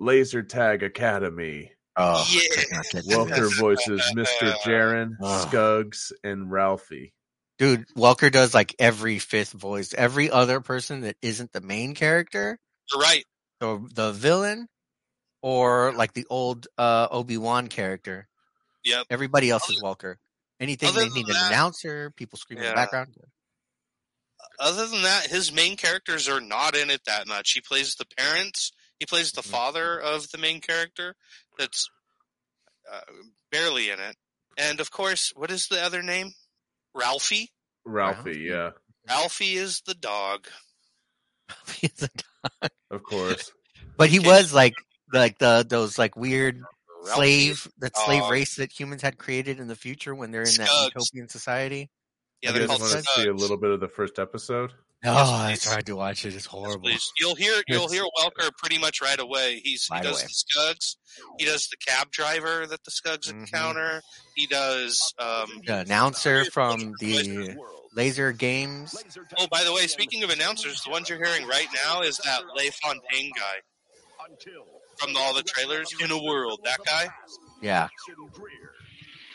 Speaker 6: Laser Tag Academy.
Speaker 3: Oh,
Speaker 7: Yeah.
Speaker 3: I could not get to
Speaker 6: Welker
Speaker 3: this.
Speaker 6: voices Mr. Jaren,
Speaker 3: Ugh.
Speaker 6: Scuggs, and Ralphie.
Speaker 3: Dude, Welker does like every fifth voice. Every other person that isn't the main character
Speaker 7: You're right.
Speaker 3: the the villain or like the old uh Obi-Wan character.
Speaker 7: Yep.
Speaker 3: Everybody else is Welker. Anything
Speaker 7: other
Speaker 3: they
Speaker 7: than
Speaker 3: need an
Speaker 7: that-
Speaker 3: announcer, people screaming in
Speaker 7: Yeah.
Speaker 3: the background.
Speaker 7: Other than that, his main characters are not in it that much. He plays the parents. He plays the
Speaker 3: Mhm.
Speaker 7: father of the main character. That's uh, barely in it. And of course, what is the other name? Ralphie.
Speaker 6: Ralphie,
Speaker 3: Ralphie.
Speaker 6: yeah,
Speaker 7: Alfie is the dog.
Speaker 6: of course.
Speaker 3: but he
Speaker 7: Okay.
Speaker 3: was like like the those like weird
Speaker 7: Ralphie. Uh,
Speaker 3: slave that slave
Speaker 7: dog.
Speaker 3: race that humans had created in the future when they're in that
Speaker 7: Scugs.
Speaker 3: utopian society.
Speaker 7: Yeah,
Speaker 6: you
Speaker 7: they're
Speaker 6: guys
Speaker 7: called
Speaker 6: want to
Speaker 7: Scugs.
Speaker 6: see a little bit of the first episode?
Speaker 3: No, Oh, I
Speaker 7: please.
Speaker 3: tried to watch it. It's horrible.
Speaker 7: Please. You'll hear you'll
Speaker 6: It's-
Speaker 7: hear Welker pretty much right away. He's
Speaker 3: Right
Speaker 7: he
Speaker 3: away.
Speaker 7: does the Scugs. He does the cab driver that the Scugs at the
Speaker 3: Mhm.
Speaker 7: counter. He does um,
Speaker 3: The announcer from
Speaker 10: Laser's
Speaker 3: the
Speaker 10: world.
Speaker 3: Laser Games.
Speaker 10: Laser
Speaker 7: Oh, by the way,
Speaker 10: technology
Speaker 7: speaking of announcers, the ones you're hearing right now is that Le Fontaine guy
Speaker 10: until
Speaker 7: from all the trailers. In a world, that guy.
Speaker 3: Yeah,
Speaker 10: Jackson Greer.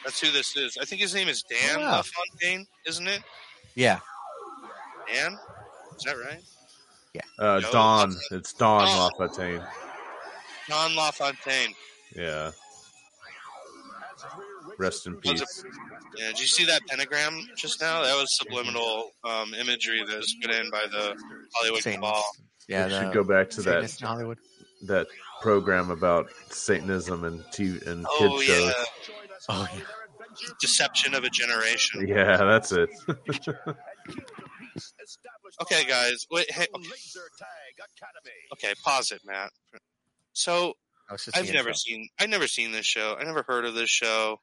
Speaker 7: That's who this is. I think his name is Dan
Speaker 3: Wow.
Speaker 7: LaFontaine, isn't it?
Speaker 3: yeah.
Speaker 7: Dan? Is that right?
Speaker 6: Uh,
Speaker 7: No,
Speaker 6: Dawn.
Speaker 7: that's
Speaker 6: It's Dawn
Speaker 7: Dawn.
Speaker 6: LaFontaine.
Speaker 7: John LaFontaine.
Speaker 6: Yeah.
Speaker 10: As Greer wakes
Speaker 6: Rest
Speaker 10: up
Speaker 6: in
Speaker 10: to
Speaker 6: peace.
Speaker 10: find his quest
Speaker 7: Yeah, did you see that pentagram just now? That was subliminal um, imagery that's put in by the Hollywood cabal.
Speaker 3: Satanists. Yeah,
Speaker 6: we
Speaker 3: the
Speaker 6: should go back to that
Speaker 3: Satanists in Hollywood.
Speaker 6: that program about Satanism and t- and kid
Speaker 7: Oh,
Speaker 6: shows.
Speaker 7: yeah.
Speaker 3: Oh yeah.
Speaker 7: Deception of a generation.
Speaker 6: Yeah, that's it.
Speaker 7: Okay, guys. Wait, hey, okay,
Speaker 10: Laser Tag Academy.
Speaker 7: okay, pause it, Matt. So
Speaker 3: I was just
Speaker 7: I've
Speaker 3: the
Speaker 7: never
Speaker 3: intro.
Speaker 7: seen I've never seen this show. I never heard of this show.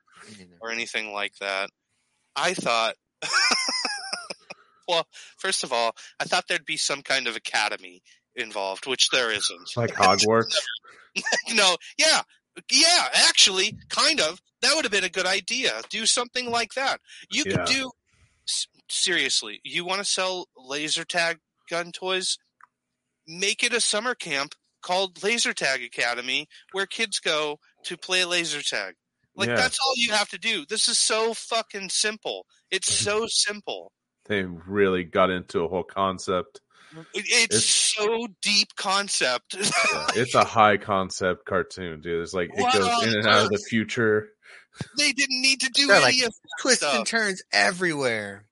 Speaker 7: or anything like that. I thought, well, first of all, I thought there'd be some kind of academy involved, which there isn't.
Speaker 6: Like Hogwarts.
Speaker 7: no, yeah, yeah, actually, kind of. That would have been a good idea. Do something like that. You could
Speaker 6: Yeah.
Speaker 7: do, s- seriously, you want to sell laser tag gun toys? Make it a summer camp called Laser Tag Academy where kids go to play laser tag. Like
Speaker 6: Yeah.
Speaker 7: that's all you have to do. This is so fucking simple. It's
Speaker 6: Mm-hmm.
Speaker 7: so simple.
Speaker 6: They really got into a whole concept.
Speaker 7: It- It's,
Speaker 6: It's-
Speaker 7: so deep concept.
Speaker 6: Yeah, it's a high concept cartoon, dude. It's like
Speaker 7: What
Speaker 6: it goes
Speaker 7: on
Speaker 6: in and out of the future.
Speaker 7: they didn't need to do
Speaker 3: They're
Speaker 7: any
Speaker 3: like-
Speaker 7: of.
Speaker 3: Twists
Speaker 7: Stuff.
Speaker 3: and turns everywhere.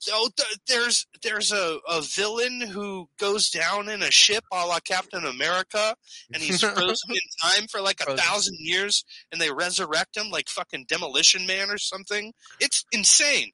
Speaker 7: So Oh, th- there's there's a, a villain who goes down in a ship, a la Captain America, and he's frozen in time for like a
Speaker 3: Frozen.
Speaker 7: thousand years, and they resurrect him like fucking Demolition Man or something. It's insane.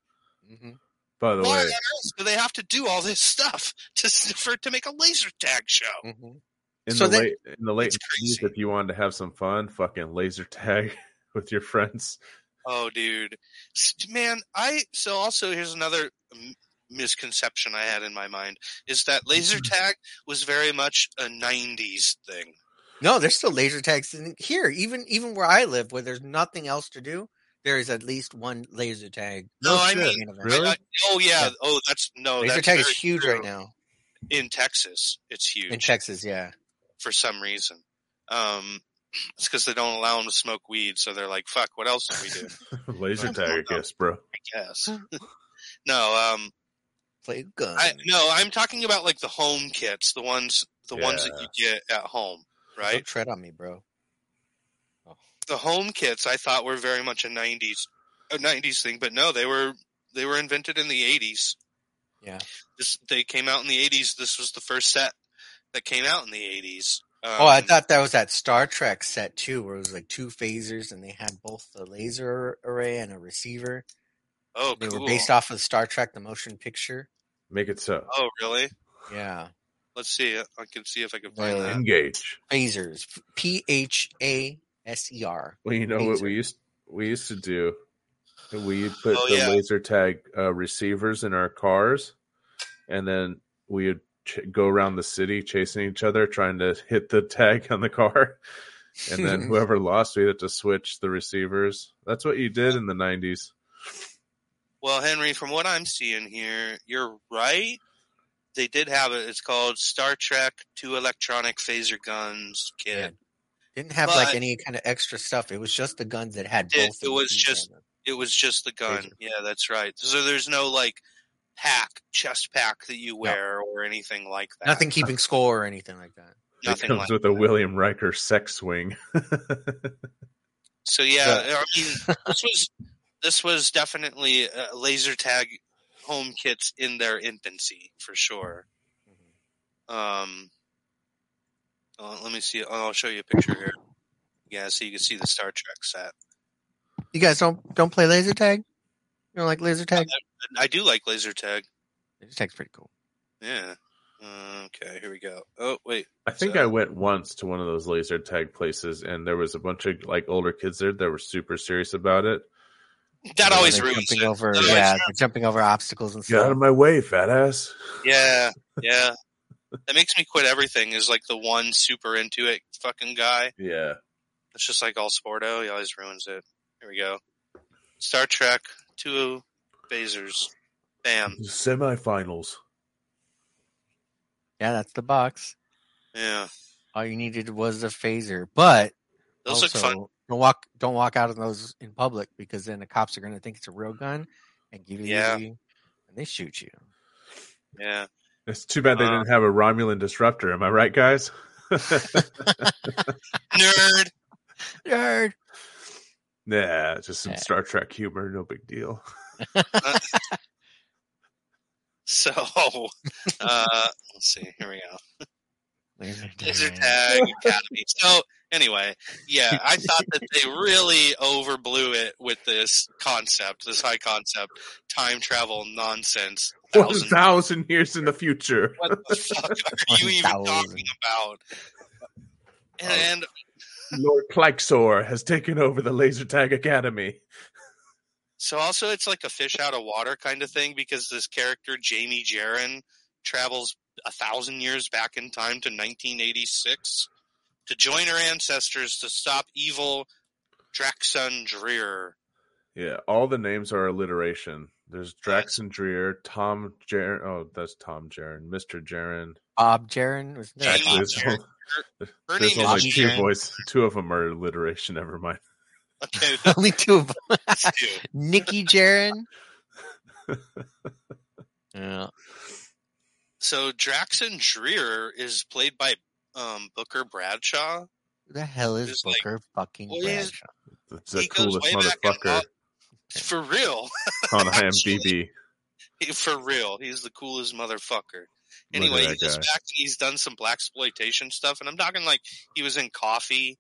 Speaker 3: Mhm.
Speaker 6: By the
Speaker 7: Why
Speaker 6: way,
Speaker 7: on earth do they have to do all this stuff to s- for to make a laser tag show?
Speaker 3: Mhm.
Speaker 6: in
Speaker 3: So
Speaker 6: the
Speaker 3: then-
Speaker 6: late in the Mm, late
Speaker 7: It's
Speaker 6: 90s,
Speaker 7: crazy.
Speaker 6: if you wanted to have some fun, fucking laser tag with your friends.
Speaker 7: Oh, dude, S- man, I so also here's another m- misconception I had in my mind is that laser
Speaker 6: Mm-hmm.
Speaker 7: tag was very much a '90s thing.
Speaker 3: No, there's still laser tags in here. Even even where I live, where there's nothing else to do, there is at least one laser tag.
Speaker 7: No,
Speaker 6: Oh,
Speaker 7: I
Speaker 6: shit.
Speaker 7: mean,
Speaker 3: in event.
Speaker 6: really?
Speaker 7: I- I- oh yeah,
Speaker 3: Yeah.
Speaker 7: oh that's no,
Speaker 3: laser
Speaker 7: that's
Speaker 3: tag is
Speaker 7: very
Speaker 3: huge
Speaker 7: true.
Speaker 3: right now
Speaker 7: in Texas. It's huge
Speaker 3: in Texas. Yeah,
Speaker 7: for some reason. Um, it's because they don't allow them to smoke weed, so they're like, "Fuck, what else do we do?"
Speaker 6: laser tag, I guess, bro.
Speaker 7: I guess.
Speaker 3: Oh.
Speaker 7: no, um,
Speaker 3: play gun.
Speaker 7: I, no, I'm talking about like the home kits, the ones, the ones that you get at home, right?
Speaker 3: Don't tread on me, bro.
Speaker 7: the home kits I thought were very much a '90s a '90s thing, but no, they were they were invented in the '80s.
Speaker 3: Yeah.
Speaker 7: this, they came out in the '80s. This was the first set that came out in the '80s. Um,
Speaker 3: oh, I thought that was that Star Trek set too, where it was like two phasers, and they had both the laser array and a receiver.
Speaker 7: oh,
Speaker 3: They
Speaker 7: cool.
Speaker 3: were based off of Star Trek: The Motion Picture.
Speaker 6: Make it so.
Speaker 7: Oh, really?
Speaker 3: Yeah,
Speaker 7: Let's see. I can see if I can find
Speaker 3: Yeah.
Speaker 7: that.
Speaker 6: Engage.
Speaker 3: phasers. P H A S E R.
Speaker 6: Well, you know what
Speaker 3: Laser.
Speaker 6: we used we used to do. We put
Speaker 7: Oh,
Speaker 6: the
Speaker 7: yeah.
Speaker 6: laser tag uh, receivers in our cars, and then we would ch- go around the city chasing each other, trying to hit the tag on the car. And then whoever lost, we had to switch the receivers. That's what you did in the '90s.
Speaker 7: Well, Henry, from what I'm seeing here, you're right. They did have it. It's called Star Trek Two Electronic Phaser Guns Kit.
Speaker 3: Yeah. Didn't have like
Speaker 7: But-
Speaker 3: any kind of extra stuff. It was just the guns that had
Speaker 7: It-
Speaker 3: both.
Speaker 7: it
Speaker 3: of
Speaker 7: was
Speaker 3: these
Speaker 7: just-
Speaker 3: on them.
Speaker 7: It was just the gun.
Speaker 3: Phaser.
Speaker 7: Yeah, that's right. So there's no like pack, chest pack that you wear or anything like that.
Speaker 3: nothing keeping score or anything like that.
Speaker 6: it
Speaker 7: Nothing
Speaker 6: comes
Speaker 7: like
Speaker 6: with a William Riker sex swing.
Speaker 7: So yeah, I mean, this was this was definitely uh, laser tag home kits in their infancy for sure. Um, uh, let me see. I'll show you a picture here. Yeah, so you can see the Star Trek set.
Speaker 3: You guys don't don't play laser tag. You don't like laser tag.
Speaker 7: I do like laser tag.
Speaker 3: Laser tag's pretty cool.
Speaker 7: Yeah. Okay, here we go. Oh wait,
Speaker 6: I think I went once to one of those laser tag places, and there was a bunch of like older kids there that were super serious about it.
Speaker 7: that
Speaker 3: Yeah,
Speaker 7: always
Speaker 3: they're
Speaker 7: ruins
Speaker 3: jumping
Speaker 7: it.
Speaker 3: over.
Speaker 7: That always
Speaker 3: yeah, they're jumping over obstacles and
Speaker 6: Get out
Speaker 3: stuff.
Speaker 6: of my way, fat ass.
Speaker 7: Yeah, yeah. That makes me quit everything. Is like the one super into it fucking guy.
Speaker 6: Yeah,
Speaker 7: It's just like all sporto. He always ruins it. Here we go. Star Trek two phasers. Bam.
Speaker 6: semifinals.
Speaker 3: Yeah, that's the box.
Speaker 7: Yeah.
Speaker 3: All you needed was a phaser, but
Speaker 7: Those look
Speaker 3: also,
Speaker 7: fun.
Speaker 3: Don't walk don't walk out on those in public because then the cops are going to think it's a real gun and give you
Speaker 7: Yeah.
Speaker 3: and they shoot you.
Speaker 7: Yeah.
Speaker 6: It's too bad they
Speaker 7: Uh,
Speaker 6: didn't have a Romulan disruptor. Am I right, guys?
Speaker 7: Nerd.
Speaker 3: Nerd.
Speaker 6: nah, just some
Speaker 3: Yeah.
Speaker 6: Star Trek humor. No big deal.
Speaker 7: So uh let's see, here we go.
Speaker 3: Laser
Speaker 7: Laser Tag Academy. So anyway, yeah, I thought that they really overblew it with this concept, this high concept time travel nonsense.
Speaker 6: One
Speaker 7: Thousand-
Speaker 6: thousand years in the future.
Speaker 7: What the fuck are you even talking about? And,
Speaker 6: Lord Plexor has taken over the Laser Tag Academy.
Speaker 7: so also it's like a fish out of water kind of thing because this character Jamie Jaron travels a thousand years back in time to 1986 to join her ancestors to stop evil Draxon Dreer.
Speaker 6: Yeah, all the names are alliteration. There's Drax and Dreer, Tom Jaren. Oh, that's Tom Jaren, Mister Jaren.
Speaker 3: Bob Jaron was no,
Speaker 7: Jamie
Speaker 6: Actually,
Speaker 3: Bob
Speaker 6: there's,
Speaker 7: Jaren.
Speaker 6: only,
Speaker 7: Her
Speaker 6: there's
Speaker 7: name
Speaker 6: only
Speaker 7: is
Speaker 6: two
Speaker 7: Jaren.
Speaker 6: voice. Two of them are alliteration. Never mind.
Speaker 7: Okay,
Speaker 3: Jaron. only two of them.
Speaker 7: that's two.
Speaker 3: Nikki Jaron. yeah.
Speaker 7: So Draxon Dreer is played by um, Booker Bradshaw.
Speaker 3: Who the hell is
Speaker 7: It's like,
Speaker 3: Booker fucking
Speaker 7: what is-
Speaker 3: Bradshaw?
Speaker 6: That's the
Speaker 7: He goes
Speaker 6: coolest
Speaker 7: way back and
Speaker 6: motherfucker
Speaker 7: For real.
Speaker 6: on IMDb.
Speaker 7: For real. He's the coolest motherfucker.
Speaker 6: Look at
Speaker 7: Anyway, he
Speaker 6: that
Speaker 7: goes
Speaker 6: guy.
Speaker 7: back and he's done some black exploitation stuff, and I'm talking like he was in coffee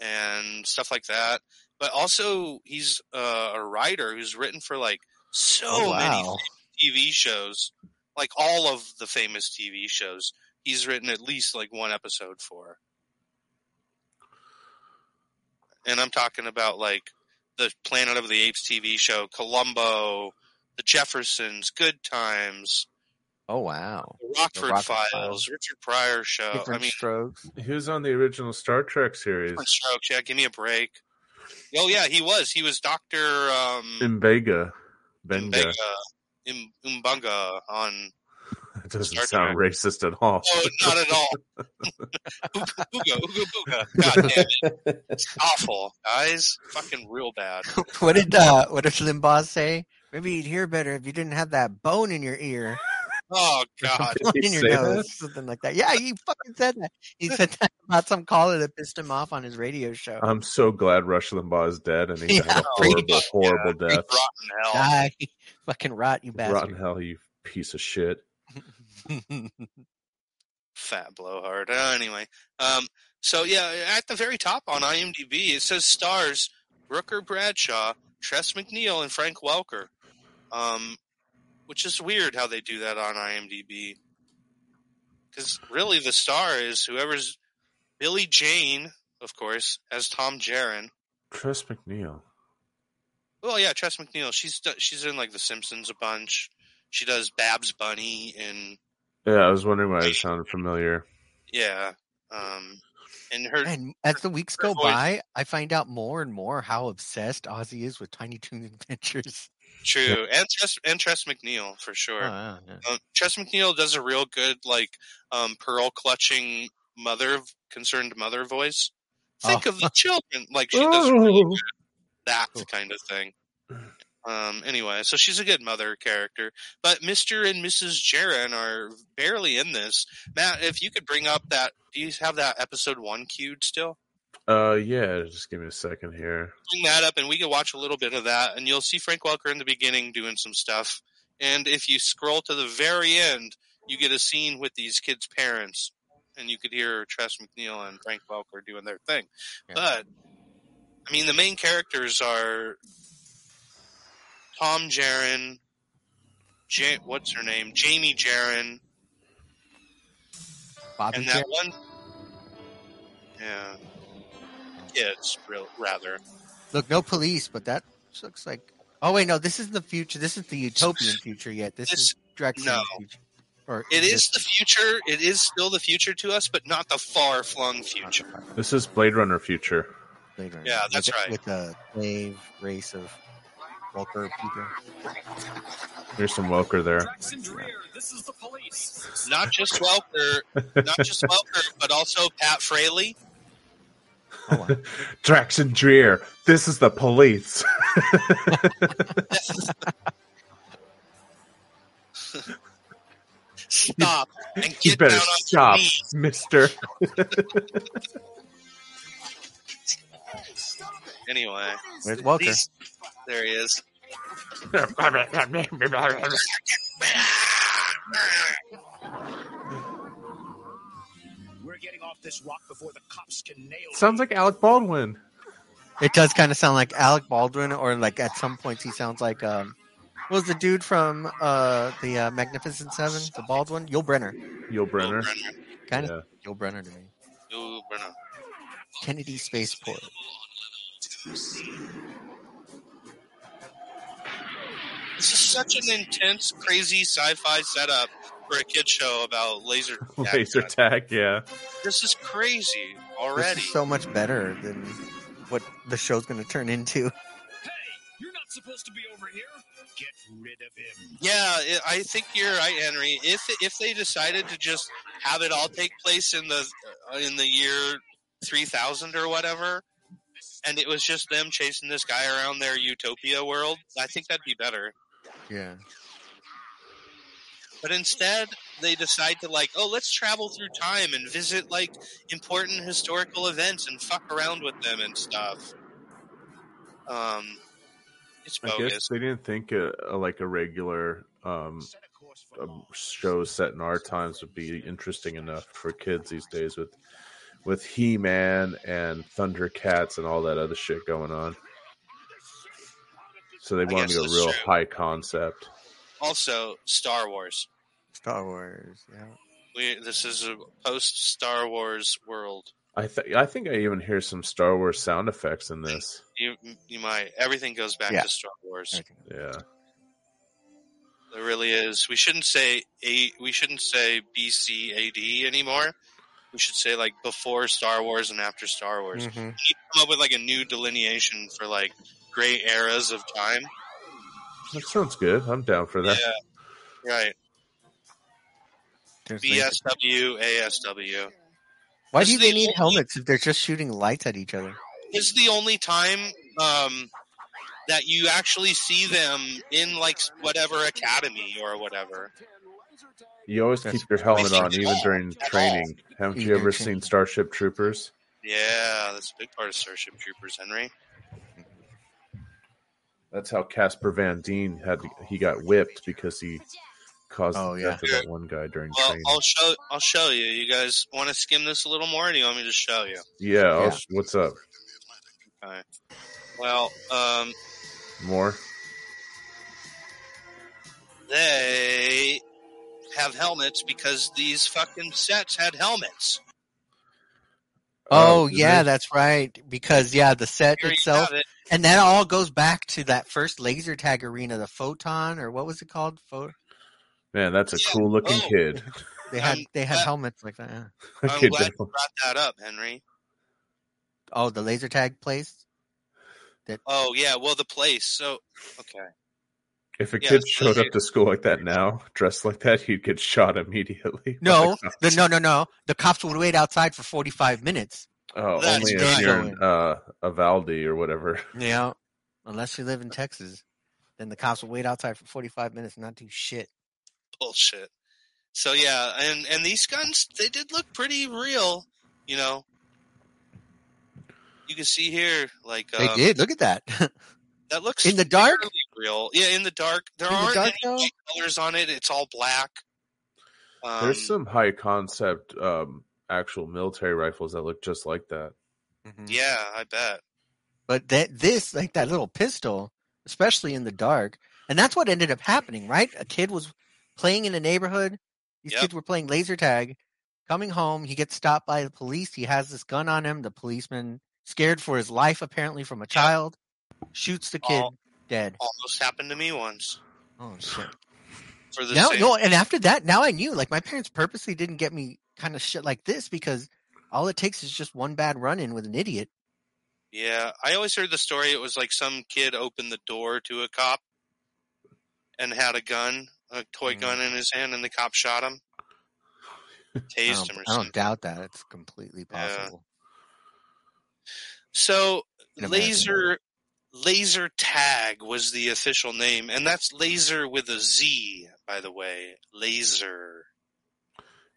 Speaker 7: and stuff like that. But also he's uh, a writer who's written for like so
Speaker 3: Oh,
Speaker 7: many
Speaker 3: wow.
Speaker 7: TV shows, like all of the famous TV shows. He's written at least like one episode for. And I'm talking about like the Planet of the Apes TV show, Columbo, The Jeffersons, Good Times,
Speaker 3: Oh wow.
Speaker 7: The Rockford,
Speaker 3: Rockford
Speaker 7: Files,
Speaker 3: Files.
Speaker 7: Richard Pryor show.
Speaker 3: Different
Speaker 7: Uh, I mean,
Speaker 3: strokes.
Speaker 6: He was on the original Star Trek series.
Speaker 7: Different Strokes. Yeah, give me a break. Oh yeah, he was. He was Doctor um,
Speaker 6: Mbega. Benga.
Speaker 7: Mbega, Im- Umbunga on.
Speaker 6: That doesn't
Speaker 7: Star
Speaker 6: sound racist at all.
Speaker 7: Oh, not at all. Ooga, ooga, ooga, booga. God damn it! It's awful, guys. Fucking real bad.
Speaker 3: What did uh, what did Limbaugh say? Maybe you'd hear better if you didn't have that bone in your ear.
Speaker 7: Oh God.
Speaker 6: Did he
Speaker 3: in your
Speaker 6: say
Speaker 3: nose,
Speaker 6: that?
Speaker 3: something like that. Yeah, he fucking said that. He said that about some caller that pissed him off on his radio show.
Speaker 6: I'm so glad Rush Limbaugh is dead and he
Speaker 3: Yeah,
Speaker 6: died a
Speaker 7: pretty
Speaker 6: horrible,
Speaker 7: much,
Speaker 6: horrible death.
Speaker 7: Rotten hell.
Speaker 3: Die, fucking rot, you
Speaker 6: Rotten
Speaker 3: bastard.
Speaker 6: hell, you piece of shit.
Speaker 7: fat blowhard. Uh, anyway, um, so yeah, at the very top on IMDb, it says stars Brooker Bradshaw, Tress McNeil, and Frank Welker. Um, which is weird how they do that on IMDb, because really the star is whoever's Billy Jane, of course, as Tom Jaron.
Speaker 6: Tress McNeil.
Speaker 7: Well, yeah, Tress McNeil. She's do- she's in like The Simpsons a bunch. She does Babs Bunny and
Speaker 6: Yeah, I was wondering why it sounded familiar.
Speaker 7: yeah, um, and her
Speaker 3: And as the weeks go
Speaker 7: voice.
Speaker 3: by, I find out more and more how obsessed Ozzy is with Tiny Toon Adventures.
Speaker 7: True, and Tress, and Tress McNeil for sure.
Speaker 3: Oh, yeah.
Speaker 7: Um, Tress McNeil does a real good like um, pearl clutching mother, concerned mother voice. Think
Speaker 3: Oh.
Speaker 7: of the children, like she does really good that kind of thing. Um, anyway, so she's a good mother character, but Mr. and Mrs. Jaron are barely in this. Matt, if you could bring up that, do you have that episode one queued still?
Speaker 6: Uh, yeah, just give me a second here.
Speaker 7: bring that up and we can watch a little bit of that and you'll see Frank Welker in the beginning doing some stuff. And if you scroll to the very end, you get a scene with these kids' parents and you could hear Tress McNeil and Frank Welker doing their thing.
Speaker 3: Yeah.
Speaker 7: But I mean the main characters are Tom Jaron, ja- what's her name? Jamie Jaron,
Speaker 3: Bobby
Speaker 7: and that
Speaker 3: Kit.
Speaker 7: one, yeah, kids real, rather.
Speaker 3: Look, no police, but that looks like. Oh wait, no, this isn't the future. This is the utopian future yet. This, is Drexel's
Speaker 7: no.
Speaker 3: future. Or
Speaker 7: It
Speaker 3: this-
Speaker 7: is the future. It is still the future to us, but not the far flung future.
Speaker 6: This is Blade Runner future.
Speaker 3: Blade Runner.
Speaker 7: Yeah, that's
Speaker 3: With-
Speaker 7: right.
Speaker 3: With a slave race of Volker people.
Speaker 6: Here's some Welker there.
Speaker 8: Jackson Dreer, this is the police.
Speaker 7: Not just Welker, not just Welker, but also Pat Fraley.
Speaker 3: Oh, wow.
Speaker 6: Drax and Dreer. This is the police.
Speaker 7: Stop and
Speaker 6: you
Speaker 7: get down
Speaker 6: better
Speaker 7: on
Speaker 6: stop,
Speaker 7: your knees.
Speaker 6: Mister.
Speaker 7: Anyway,
Speaker 3: Where's Welker?
Speaker 7: these- there he is.
Speaker 10: We're getting off this rock before the cops can nail
Speaker 6: Sounds like Alec Baldwin.
Speaker 3: It does kind of sound like Alec Baldwin, or like at some points he sounds like um, what was the dude from uh the uh, Magnificent Seven, the bald one, Yul Brenner,
Speaker 6: Yul Brenner.
Speaker 3: kind
Speaker 6: Yeah.
Speaker 3: of Yul Brenner to me.
Speaker 7: Ooh, Brenner.
Speaker 3: Kennedy Spaceport.
Speaker 7: This is such an intense, crazy sci-fi setup for a kid show about laser. tag.
Speaker 6: Laser tag. Yeah.
Speaker 7: This is crazy
Speaker 3: This
Speaker 7: already.
Speaker 3: is so much better than what the show's going to turn into.
Speaker 8: Hey, you're not supposed to be over here.
Speaker 10: Get rid of him.
Speaker 7: Yeah, i I think you're right, Henry. If if they decided to just have it all take place in the uh, in the year 3000 or whatever, and it was just them chasing this guy around their utopia world, I think that'd be better.
Speaker 3: Yeah.
Speaker 7: But instead, they decide to like, oh, let's travel through time and visit like important historical events and fuck around with them and stuff. Um, it's
Speaker 6: I guess
Speaker 7: bogus.
Speaker 6: they didn't think a, a, like a regular um,
Speaker 10: Set a course for
Speaker 6: um, show set in our times would be interesting enough for kids these days with with He Man and Thundercats and all that other shit going on. So they wanted
Speaker 7: guess
Speaker 6: to go
Speaker 7: that's
Speaker 6: real
Speaker 7: true.
Speaker 6: high concept.
Speaker 7: Also, Star Wars.
Speaker 3: Star Wars. Yeah.
Speaker 7: We, this is a post Star Wars world.
Speaker 6: I th- I think I even hear some Star Wars sound effects in this.
Speaker 7: You, you might everything goes back
Speaker 3: Yeah.
Speaker 7: to Star Wars.
Speaker 3: Everything.
Speaker 6: Yeah,
Speaker 7: There really is. We shouldn't say a. We shouldn't say B C A D anymore. We should say like before Star Wars and after Star Wars.
Speaker 3: Mhm.
Speaker 7: We need to come up with like a new delineation for like great eras of time.
Speaker 6: that sounds good. I'm down for that.
Speaker 7: Yeah, right.
Speaker 3: There's
Speaker 7: B
Speaker 3: laser-
Speaker 7: S W A S W.
Speaker 3: Why
Speaker 7: This
Speaker 3: do
Speaker 7: is
Speaker 3: they
Speaker 7: the
Speaker 3: need
Speaker 7: only-
Speaker 3: helmets if they're just shooting lights at each other?
Speaker 7: This is the only time um, that you actually see them in like whatever academy or whatever.
Speaker 6: You always
Speaker 3: That's
Speaker 6: keep your helmet
Speaker 7: crazy.
Speaker 6: on, even during training. Haven't
Speaker 3: Even
Speaker 6: you ever
Speaker 3: during
Speaker 6: seen
Speaker 3: training.
Speaker 6: Starship Troopers?
Speaker 7: Yeah, that's a big part of Starship Troopers, Henry.
Speaker 6: That's how Casper Van Dien had he got whipped because he caused
Speaker 3: Oh,
Speaker 6: the
Speaker 3: yeah.
Speaker 6: death of that one guy during
Speaker 7: Well,
Speaker 6: training.
Speaker 7: I'll show I'll show you. You guys want to skim this a little more? Or do you want me to show you?
Speaker 6: yeah, I'll-
Speaker 3: Yeah.
Speaker 6: what's up?
Speaker 7: Well, um,
Speaker 6: More?
Speaker 7: they have helmets because these fucking sets had helmets.
Speaker 3: Oh
Speaker 6: Uh,
Speaker 3: yeah,
Speaker 6: they-
Speaker 3: that's right. Because yeah, the set
Speaker 7: Oh, Here you
Speaker 3: itself,
Speaker 7: have it.
Speaker 3: and that all goes back to that first laser tag arena, the photon or what was it called? Pho-
Speaker 6: man, that's a
Speaker 7: Yeah.
Speaker 6: cool looking
Speaker 7: Oh.
Speaker 6: kid.
Speaker 3: they had
Speaker 7: Um,
Speaker 3: they had
Speaker 7: that-
Speaker 3: helmets like that. yeah.
Speaker 6: That
Speaker 7: I'm
Speaker 6: kid
Speaker 7: glad you
Speaker 6: definitely-
Speaker 7: brought that up, Henry.
Speaker 3: Oh, the laser tag place.
Speaker 7: Oh yeah, well the place. So okay,
Speaker 6: if a
Speaker 7: Yeah,
Speaker 6: kid
Speaker 7: so
Speaker 6: showed
Speaker 7: they-
Speaker 6: up to school like that now, dressed like that, he'd get shot immediately.
Speaker 3: No, the, no, no, no. The cops would wait outside for forty five minutes.
Speaker 6: Oh,
Speaker 7: That's
Speaker 6: only
Speaker 3: right.
Speaker 6: if you're in uh, Avaldi or whatever.
Speaker 3: Yeah, unless you live in Texas, then the cops would wait outside for forty five minutes and not do shit.
Speaker 7: bullshit. So yeah, and and these guns they did look pretty real. You know, you can see here like
Speaker 3: They
Speaker 7: um,
Speaker 3: did. Look at that
Speaker 7: That looks
Speaker 3: in the dark.
Speaker 7: fairly real. Yeah, in the dark. There
Speaker 3: In the
Speaker 7: aren't
Speaker 3: dark,
Speaker 7: any
Speaker 3: though?
Speaker 7: bright colors on it. It's all black. Um,
Speaker 6: There's some high concept um, actual military rifles that look just like that.
Speaker 3: Mm-hmm.
Speaker 7: Yeah, I bet.
Speaker 3: But that this, like that little pistol, especially in the dark, and that's what ended up happening, right? A kid was playing in the neighborhood. These
Speaker 7: Yep.
Speaker 3: kids were playing laser tag. Coming home, he gets stopped by the police. He has this gun on him. The policeman, scared for his life apparently from a child, shoots the kid
Speaker 7: All-
Speaker 3: dead.
Speaker 7: Almost happened to me once.
Speaker 3: Oh shit.
Speaker 7: For the
Speaker 3: Now,
Speaker 7: same.
Speaker 3: no, and after that, now I knew. Like my parents purposely didn't get me kind of shit like this because all it takes is just one bad run in with an idiot.
Speaker 7: Yeah, I always heard the story. It was like some kid opened the door to a cop and had a gun, a toy gun in his hand, and the cop shot him,
Speaker 3: I
Speaker 7: tased
Speaker 3: don't,
Speaker 7: him, or
Speaker 3: I don't
Speaker 7: something.
Speaker 3: doubt that. It's completely
Speaker 7: Yeah.
Speaker 3: possible.
Speaker 7: So
Speaker 3: In America.
Speaker 7: laser laser tag was the official name, and that's laser with a Z, by the way. Laser.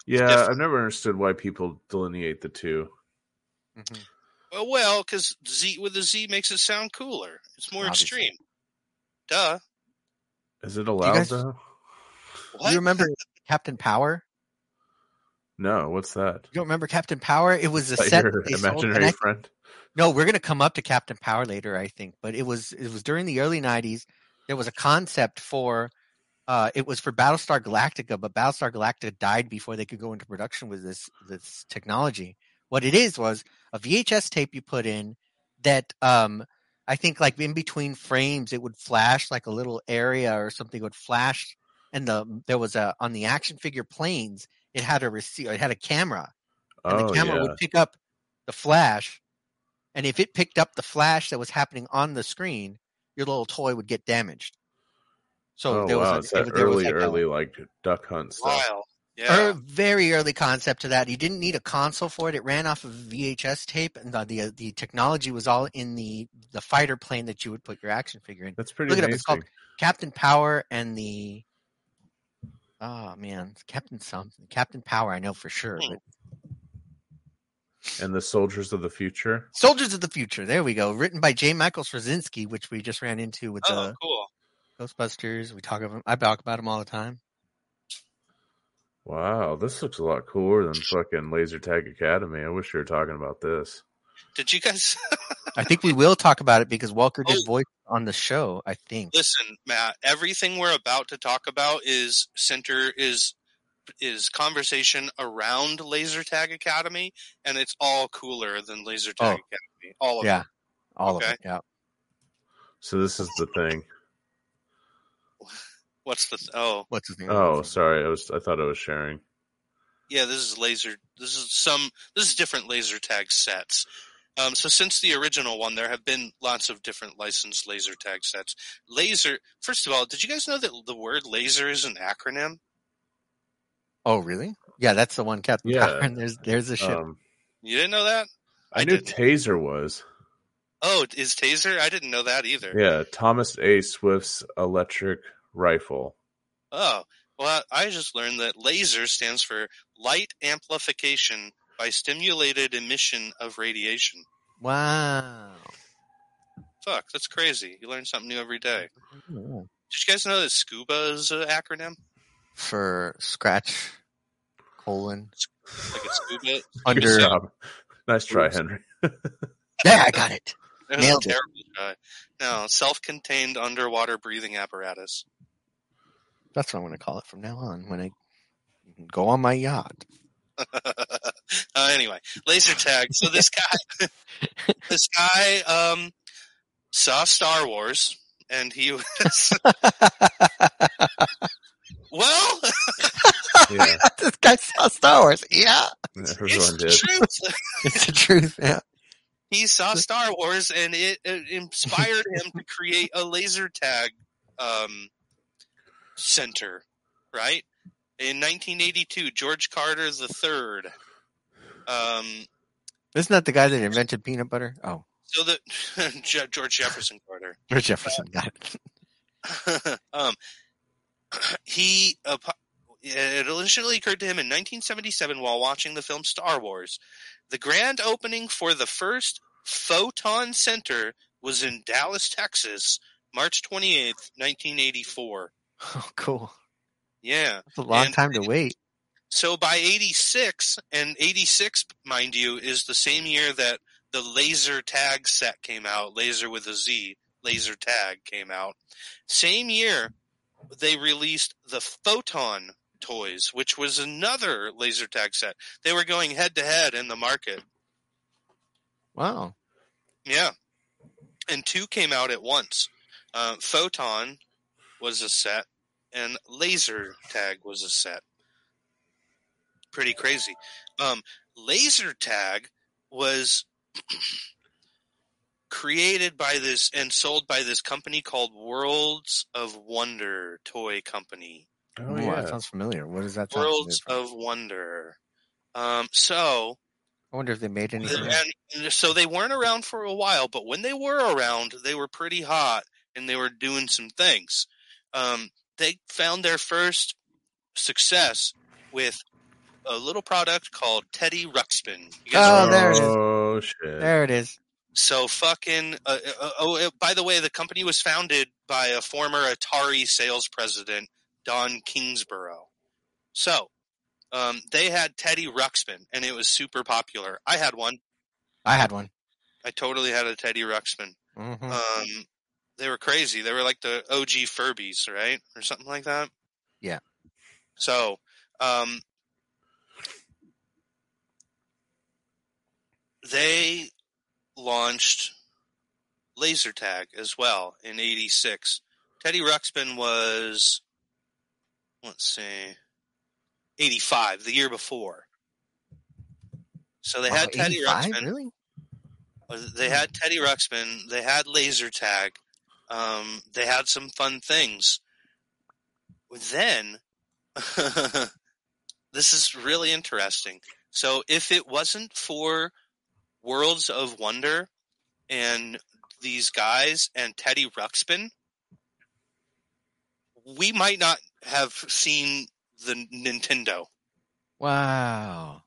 Speaker 6: Yeah,
Speaker 7: different.
Speaker 6: I've never understood why people delineate the two.
Speaker 3: Mhm.
Speaker 7: Oh, Well, because Z with a Z makes it sound cooler. It's more
Speaker 3: Obviously.
Speaker 7: extreme. Duh.
Speaker 6: Is it allowed
Speaker 3: guys-
Speaker 6: though?
Speaker 7: What?
Speaker 3: You remember Captain Power?
Speaker 6: No, what's that?
Speaker 3: You don't remember Captain Power? It was a
Speaker 6: Is that
Speaker 3: set.
Speaker 6: your
Speaker 3: that they sold, and
Speaker 6: imaginary
Speaker 3: I
Speaker 6: friend?
Speaker 3: No, we're gonna come up to Captain Power later, I think. But it was it was during the early '90s. There was a concept for uh, it was for Battlestar Galactica, but Battlestar Galactica died before they could go into production with this this technology. What it is was a VHS tape you put in that um, I think like in between frames it would flash like a little area or something would flash, and the there was a on the action figure planes it had a receiver, it had a camera, and
Speaker 6: Oh
Speaker 3: the camera
Speaker 6: yeah.
Speaker 3: would pick up the flash and if it picked up the flash that was happening on the screen your little toy would get damaged so
Speaker 6: oh
Speaker 3: there
Speaker 6: wow,
Speaker 3: was,
Speaker 6: it's
Speaker 3: a,
Speaker 6: that
Speaker 3: it, there was
Speaker 6: early,
Speaker 3: like
Speaker 6: early like duck hunt stuff.
Speaker 7: Wild.
Speaker 3: a
Speaker 7: Yeah.
Speaker 3: er- very early concept to that you didn't need a console for it it ran off of vhs tape and the, uh, the the technology was all in the the fighter plane that you would put your action figure in
Speaker 6: That's pretty
Speaker 3: look it up
Speaker 6: amazing.
Speaker 3: it's called captain power and the oh man it's captain something captain power i know for sure but
Speaker 6: And the soldiers of the future.
Speaker 3: soldiers of the future there we go written by j michael straczynski which we just ran into with the
Speaker 7: Oh, cool.
Speaker 3: Ghostbusters. We talk about I talk about them all the time.
Speaker 6: Wow, this looks a lot cooler than fucking Laser Tag Academy. I wish you were talking about this.
Speaker 7: Did you guys
Speaker 3: I think we will talk about it because Walker did
Speaker 7: Oh.
Speaker 3: voice on the show. I think.
Speaker 7: listen, Matt? Everything we're about to talk about is center is is conversation around Laser Tag Academy, and it's all cooler than Laser Tag
Speaker 3: Oh.
Speaker 7: Academy. All of
Speaker 3: Yeah,
Speaker 7: it.
Speaker 3: all
Speaker 7: Okay.
Speaker 3: of it. Yeah.
Speaker 6: So this is the thing.
Speaker 7: What's the oh
Speaker 3: What's his name?
Speaker 6: Oh, sorry. I was I thought I was sharing.
Speaker 7: yeah? This is laser. This is some. This is different laser tag sets. Um, so since the original one, there have been lots of different licensed laser tag sets. Laser. First of all, did you guys know that the word laser is an acronym?
Speaker 3: Oh, really? Yeah, that's the one Captain
Speaker 6: Yeah.
Speaker 3: Power. And there's there's a ship.
Speaker 6: Um,
Speaker 7: You didn't know that?
Speaker 6: I,
Speaker 7: I
Speaker 6: knew
Speaker 7: didn't.
Speaker 6: Taser was.
Speaker 7: Oh, is taser? I didn't know that either.
Speaker 6: Yeah, Thomas A. Swift's electric rifle.
Speaker 7: Oh, well, I just learned that laser stands for light amplification by stimulated emission of radiation.
Speaker 3: wow.
Speaker 7: Fuck, that's crazy. You learn something new every day.
Speaker 3: Yeah.
Speaker 7: Did you guys know that SCUBA is an acronym?
Speaker 3: For scratch colon
Speaker 7: Like it's SCUBA.
Speaker 3: under.
Speaker 6: Good job. Nice try, Henry.
Speaker 3: There, I got it.
Speaker 7: That was a
Speaker 3: Nailed it.
Speaker 7: terrible try. No, self-contained underwater breathing apparatus.
Speaker 3: That's what I'm going to call it from now on. When I go on my yacht.
Speaker 7: uh, anyway, laser tag. So this guy, this guy, um, saw Star Wars, and he was well.
Speaker 6: Yeah,
Speaker 3: this guy saw Star Wars. Yeah,
Speaker 7: It's
Speaker 6: everyone
Speaker 7: the
Speaker 6: did.
Speaker 7: truth.
Speaker 3: it's the truth. Yeah.
Speaker 7: he saw Star Wars and it, it inspired him to create a laser tag um, center, right? In 1982, George Carter III. Um,
Speaker 3: Isn't that the guy that invented peanut butter? Oh,
Speaker 7: so the Je- George Jefferson Carter.
Speaker 3: or Jefferson got it.
Speaker 7: um, he uh, it initially occurred to him in 1977 while watching the film Star Wars. The grand opening for the first Photon Center was in Dallas, Texas, March 28th, 1984.
Speaker 3: Oh, cool.
Speaker 7: Yeah.
Speaker 3: It's a long
Speaker 7: And-
Speaker 3: time to wait.
Speaker 7: So by 86, and 86, mind you, is the same year that the laser tag set came out, laser with a Z, laser tag came out. Same year, they released the photon toys, which was another laser tag set. They were going head to head in the market.
Speaker 3: Wow.
Speaker 7: Yeah. And two came out at once. Uh, Photon was a set, and Laser Tag was a set. Pretty crazy. Um, laser Tag was created by this and sold by this company called Worlds of Wonder Toy Company.
Speaker 3: Oh, yeah. that sounds familiar. What is that? sound
Speaker 7: Worlds
Speaker 3: familiar
Speaker 7: of Wonder. Um, so
Speaker 3: from? I wonder if they made anything.
Speaker 7: and, and so they weren't around for a while, but when they were around, they were pretty hot and they were doing some things. Um, they found their first success with a little product called Teddy Ruxpin. You guys
Speaker 3: Oh,
Speaker 7: remember
Speaker 3: there it is.
Speaker 6: Oh shit!
Speaker 3: There it is.
Speaker 7: so fucking. Uh, uh, oh, uh, by the way, the company was founded by a former Atari sales president, Don Kingsborough. So um, they had Teddy Ruxpin, and it was super popular. I had one.
Speaker 3: I had one.
Speaker 7: I totally had a Teddy Ruxpin.
Speaker 3: Mhm.
Speaker 7: Um, they were crazy. They were like the OG Furbies, right, or something like that.
Speaker 3: Yeah.
Speaker 7: So, um, they launched laser tag as well in 86 teddy ruxpin was let's see 85 the year before so they
Speaker 3: Wow,
Speaker 7: had teddy
Speaker 3: 85?
Speaker 7: ruxpin
Speaker 3: Really? Hmm.
Speaker 7: they had teddy ruxpin they had laser tag um, they had some fun things then this is really interesting so if it wasn't for worlds of wonder and these guys and Teddy Ruxpin, we might not have seen the Nintendo.
Speaker 3: Wow.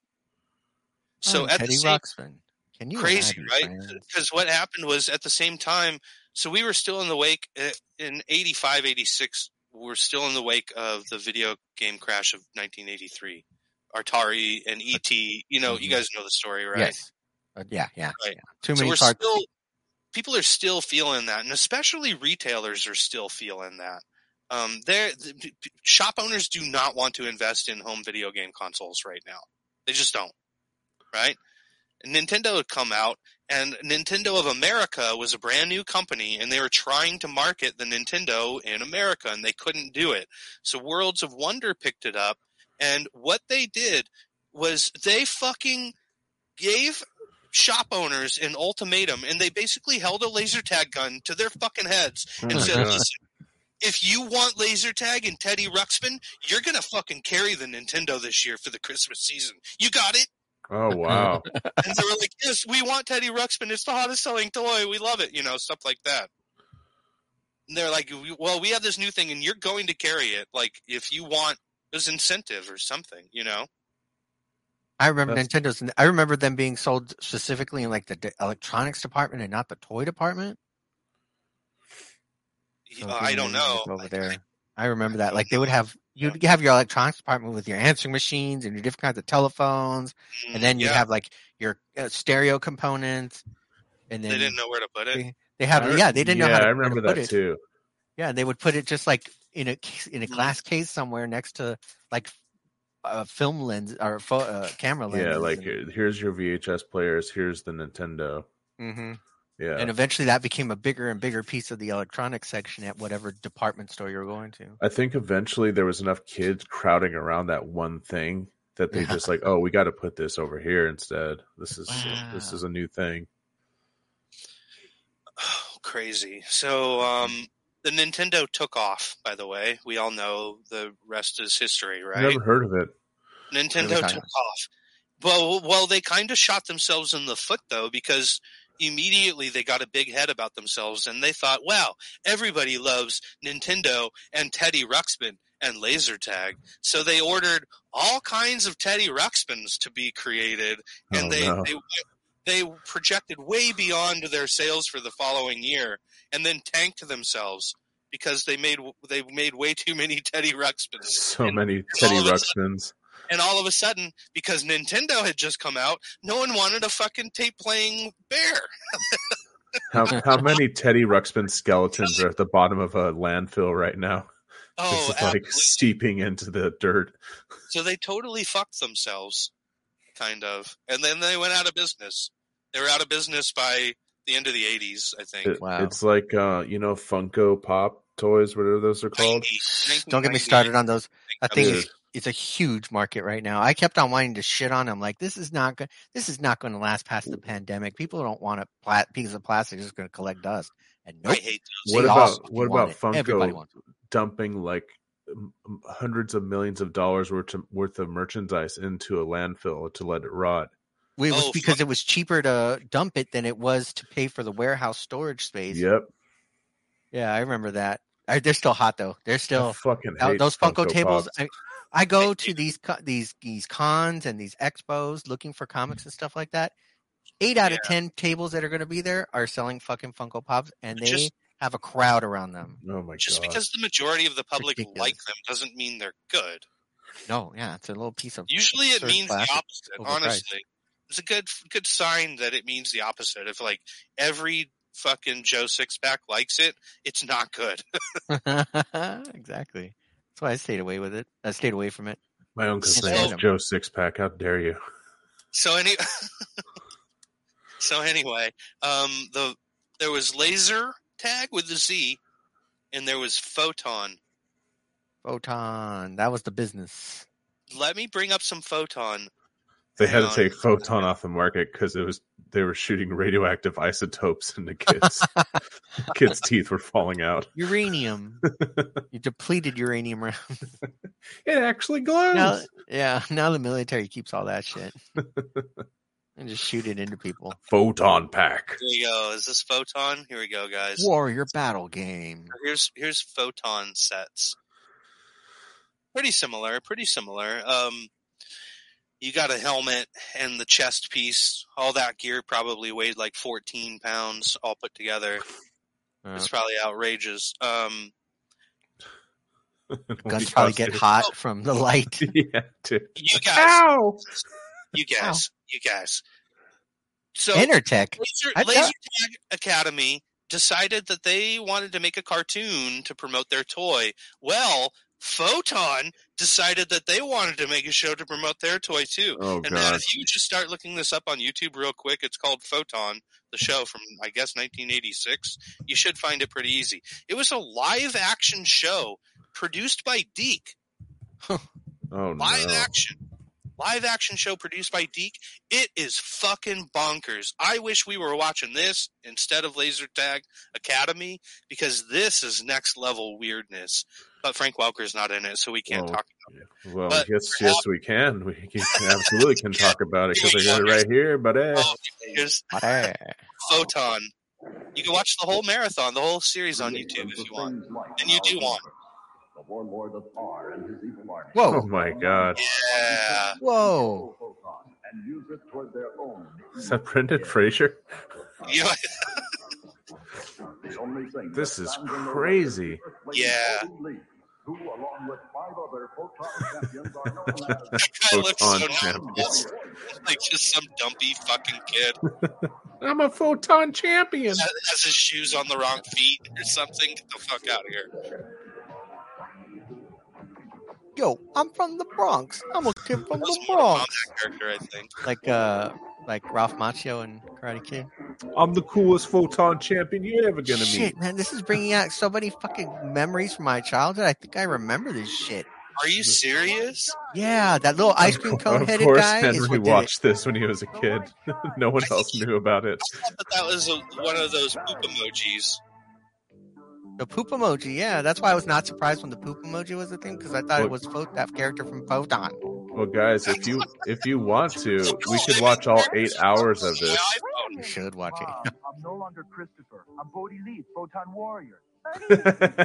Speaker 7: So
Speaker 3: Oh,
Speaker 7: at
Speaker 3: Teddy
Speaker 7: the same,
Speaker 3: Ruxpin. Can you
Speaker 7: crazy, right?
Speaker 3: imagine, friends?
Speaker 7: Because what happened was at the same time, so we were still in the wake uh, in 85, 86, we're still in the wake of the video game crash of 1983. Atari and ET, you know, you
Speaker 3: Mhm.
Speaker 7: guys know the story, right?
Speaker 3: Yes. Uh, yeah, yeah,
Speaker 7: Right.
Speaker 3: yeah. Too
Speaker 7: so
Speaker 3: many
Speaker 7: we're
Speaker 3: parts.
Speaker 7: still people are still feeling that, and especially retailers are still feeling that. Um, they're the, p- p- shop owners do not want to invest in home video game consoles right now. They just don't, right? Nintendo had come out, and Nintendo of America was a brand new company, and they were trying to market the Nintendo in America, and they couldn't do it. So Worlds of Wonder picked it up, and what they did was they fucking gave shop owners an ultimatum and they basically held a laser tag gun to their fucking heads
Speaker 6: Oh,
Speaker 7: and
Speaker 6: my
Speaker 7: said,
Speaker 6: God.
Speaker 7: listen, if you want laser tag and Teddy Ruxpin, you're going to fucking carry the Nintendo this year for the Christmas season. You got it?
Speaker 6: Oh wow!
Speaker 7: And they were like, yes, we want Teddy Ruxpin. It's the hottest selling toy. We love it. You know, stuff like that. And they're like, "We- well, we have this new thing and you're going to carry it. Like, if you want, it was incentive or something, you know?
Speaker 3: I remember
Speaker 6: That's-
Speaker 3: Nintendo's. I remember them being sold specifically in like the de- electronics department and not the toy department. So
Speaker 7: I
Speaker 3: they
Speaker 7: don't
Speaker 3: moved
Speaker 7: know.
Speaker 3: Oh, Over there, I remember that.
Speaker 7: don't
Speaker 3: Like they would have you'd have your electronics department with your answering machines and your different kinds of telephones, and then you'd
Speaker 7: yeah,
Speaker 3: have like your uh, stereo components, and
Speaker 7: they
Speaker 3: then
Speaker 7: didn't know where to put it.
Speaker 3: they, they have
Speaker 6: I re-
Speaker 3: yeah they didn't know how to,
Speaker 6: I
Speaker 3: where to
Speaker 6: remember
Speaker 3: put
Speaker 6: that
Speaker 3: it.
Speaker 6: too.
Speaker 3: Yeah, they would put it just like in a ca- in a
Speaker 7: Mhm.
Speaker 3: glass case somewhere next to like a film lens or pho- uh, camera lens.
Speaker 6: Yeah, like here's your VHS players. Here's the Nintendo.
Speaker 3: hmm
Speaker 6: Yeah,
Speaker 3: and eventually that became a bigger and bigger piece of the electronics section at whatever department store you were going to.
Speaker 6: I think eventually there was enough kids crowding around that one thing that they
Speaker 3: Yeah.
Speaker 6: just like, oh, we got to put this over here instead. This is this
Speaker 3: Wow.
Speaker 6: is a new thing.
Speaker 7: Oh, crazy. So, um, the Nintendo took off, by the way. We all know the rest is history, right?
Speaker 6: Never heard of it.
Speaker 7: Nintendo
Speaker 3: Never
Speaker 7: took
Speaker 3: thought of
Speaker 7: off. Well, well, they kind of shot themselves in the foot though, because immediately they got a big head about themselves, and they thought, "Wow, everybody loves Nintendo and Teddy Ruxpin and laser tag." So they ordered all kinds of Teddy Ruxpins to be created, and
Speaker 6: Oh,
Speaker 7: they,
Speaker 6: no.
Speaker 7: they they projected way beyond their sales for the following year, and then tanked themselves because they made they made way too many Teddy Ruxpins
Speaker 6: So
Speaker 7: and
Speaker 6: many Teddy
Speaker 7: all of a
Speaker 6: Ruxpins.
Speaker 7: and all of a sudden, because Nintendo had just come out, no one wanted a fucking tape playing bear.
Speaker 6: How how many Teddy Ruxpin skeletons are at the bottom of a landfill right now?
Speaker 7: Oh,
Speaker 6: it's like
Speaker 7: absolutely.
Speaker 6: seeping into the dirt.
Speaker 7: so they totally fucked themselves, kind of, and then they went out of business. They were out of business by the end of the '80s, I think.
Speaker 6: It-
Speaker 3: Wow.
Speaker 6: It's like uh, you know, Funko Pop toys, whatever those are called.
Speaker 7: 90,
Speaker 3: Don't get me started on those. I think
Speaker 6: Dude.
Speaker 3: it's, it's a huge market right now. I kept on wanting to shit on them. Like this is not good. This is not going to last past the pandemic. People don't want a pla- piece of plastic. It's going to collect dust. And
Speaker 7: I
Speaker 3: nope.
Speaker 7: hate those.
Speaker 6: What
Speaker 3: they all
Speaker 6: about
Speaker 3: fucking
Speaker 6: what
Speaker 3: want
Speaker 6: about
Speaker 3: it. Everybody
Speaker 6: Funko
Speaker 3: wants it.
Speaker 6: dumping like m- m- hundreds of millions of dollars worth of, worth of merchandise into a landfill to let it rot?
Speaker 3: It was
Speaker 7: Oh,
Speaker 3: because
Speaker 7: fuck.
Speaker 3: it was cheaper to dump it than it was to pay for the warehouse storage space.
Speaker 6: Yep,
Speaker 3: Yeah, I remember that. I, they're still hot though. They're
Speaker 6: I
Speaker 3: still
Speaker 6: fucking
Speaker 3: Uh,
Speaker 6: hate
Speaker 3: those Funko, tables.
Speaker 6: Pops.
Speaker 3: I, I go to these co- these these cons and these expos looking for comics and stuff like that. Eight out of ten tables that are going to be there are selling fucking Funko Pops, and they
Speaker 7: Just-
Speaker 3: have a crowd around them.
Speaker 6: Oh my
Speaker 7: Just
Speaker 6: god!
Speaker 7: because the majority of the public
Speaker 3: Ridiculous.
Speaker 7: like them doesn't mean they're good.
Speaker 3: No, yeah, it's a little piece of.
Speaker 7: Usually, it
Speaker 3: absurd
Speaker 7: means
Speaker 3: plastic.
Speaker 7: the opposite.
Speaker 3: overpriced.
Speaker 7: Honestly, it's a good good sign that it means the opposite. If like every fucking Joe Sixpack likes it, it's not good.
Speaker 3: exactly. That's why I stayed away with it. I stayed away from it.
Speaker 6: My uncle's
Speaker 3: It's
Speaker 6: name is
Speaker 3: random.
Speaker 6: Joe Sixpack. How dare you?
Speaker 7: So any, so anyway, um, the there was laser tag with the Z, and there was photon.
Speaker 3: Photon. That was the business.
Speaker 7: Let me bring up some photon.
Speaker 6: They
Speaker 7: Hang
Speaker 6: had to
Speaker 7: on.
Speaker 6: take Photon off the market because it was they were shooting radioactive isotopes into kids. kids' teeth were falling out.
Speaker 3: Uranium. you depleted uranium rounds.
Speaker 6: It actually glows.
Speaker 3: Now, yeah, now the military keeps all that shit and just shoot it into people.
Speaker 6: Photon pack.
Speaker 7: Here we go. Is this photon? Here we go, guys.
Speaker 3: Warrior battle game.
Speaker 7: Here's here's photon sets. Pretty similar, pretty similar. Um, you got a helmet and the chest piece. All that gear probably weighed like 14 pounds all put together.
Speaker 3: Uh,
Speaker 7: It's probably outrageous. Um,
Speaker 3: Uh, guns probably get hot from the light.
Speaker 6: yeah, dude.
Speaker 7: you guys,
Speaker 6: Ow!
Speaker 7: you guys, you guys. So
Speaker 3: Enertech.
Speaker 7: Laser,
Speaker 3: I thought-
Speaker 7: Laser Tag Academy decided that they wanted to make a cartoon to promote their toy. Well, Photon decided that they wanted to make a show to promote their toy too.
Speaker 6: Oh
Speaker 7: and man,
Speaker 6: god.
Speaker 7: if you just start looking this up on YouTube real quick, it's called Photon, the show from I guess 1986. You should find it pretty easy. It was a live action show produced by Deke.
Speaker 6: Oh no.
Speaker 7: Live action. Live action show produced by Deke. It is fucking bonkers. I wish we were watching this instead of Laser Tag Academy because this is next level weirdness. But Frank Welker's not in it, so we can't
Speaker 6: Well,
Speaker 7: talk.
Speaker 6: Well,
Speaker 7: But
Speaker 6: yes, yes, we can. We can, absolutely can talk about it because I got it right here. But eh.
Speaker 7: Oh, here's
Speaker 3: Hot air.
Speaker 7: Photon. You can watch the whole marathon, the whole series on YouTube if you want. And you do want.
Speaker 9: The warlord of R and his evil army.
Speaker 6: oh
Speaker 3: Whoa.
Speaker 6: my god,
Speaker 7: Yeah.
Speaker 3: Whoa.
Speaker 9: And use it toward their own.
Speaker 6: is that Brendan Fraser?
Speaker 7: You know,
Speaker 9: The only thing
Speaker 6: This
Speaker 9: that
Speaker 6: is
Speaker 9: stands in their way is
Speaker 6: crazy.
Speaker 9: Earth Lady
Speaker 7: Yeah.
Speaker 9: Golden Leaf, Who, along with five other photon champions, are known as
Speaker 7: I look so
Speaker 6: Photon
Speaker 7: normal.
Speaker 6: champions.
Speaker 7: like just some dumpy fucking kid
Speaker 6: I'm a photon champion.
Speaker 7: that has his shoes on the wrong feet or something. Get the fuck out of here.
Speaker 3: Yo, I'm from the Bronx. I'm a kid from
Speaker 7: That was
Speaker 3: the
Speaker 7: Mortal Kombat
Speaker 3: Bronx.
Speaker 7: character, I think.
Speaker 3: Like uh like Ralph Macchio and Karate Kid.
Speaker 6: I'm the coolest photon champion you're ever gonna meet.
Speaker 3: Shit, man, this is bringing out so many fucking memories from my childhood. I think I remember this shit.
Speaker 7: Are you serious?
Speaker 3: Yeah, that little ice cream cone
Speaker 6: of
Speaker 3: headed
Speaker 6: course,
Speaker 3: guy
Speaker 6: Henry
Speaker 3: is what did it.
Speaker 6: watched this when he was a kid. no one else knew about it.
Speaker 7: I thought that, that was a, one of those poop emojis.
Speaker 3: The poop emoji, yeah. That's why I was not surprised when the poop emoji was a thing because I thought it was Pho- that character from Photon.
Speaker 6: Well, guys, if you if you want to, we could watch all eight hours of
Speaker 7: My
Speaker 6: this.
Speaker 7: iPhone.
Speaker 3: You should watch it.
Speaker 10: I'm no longer Christopher. I'm Bodhi Lee, Photon Warrior.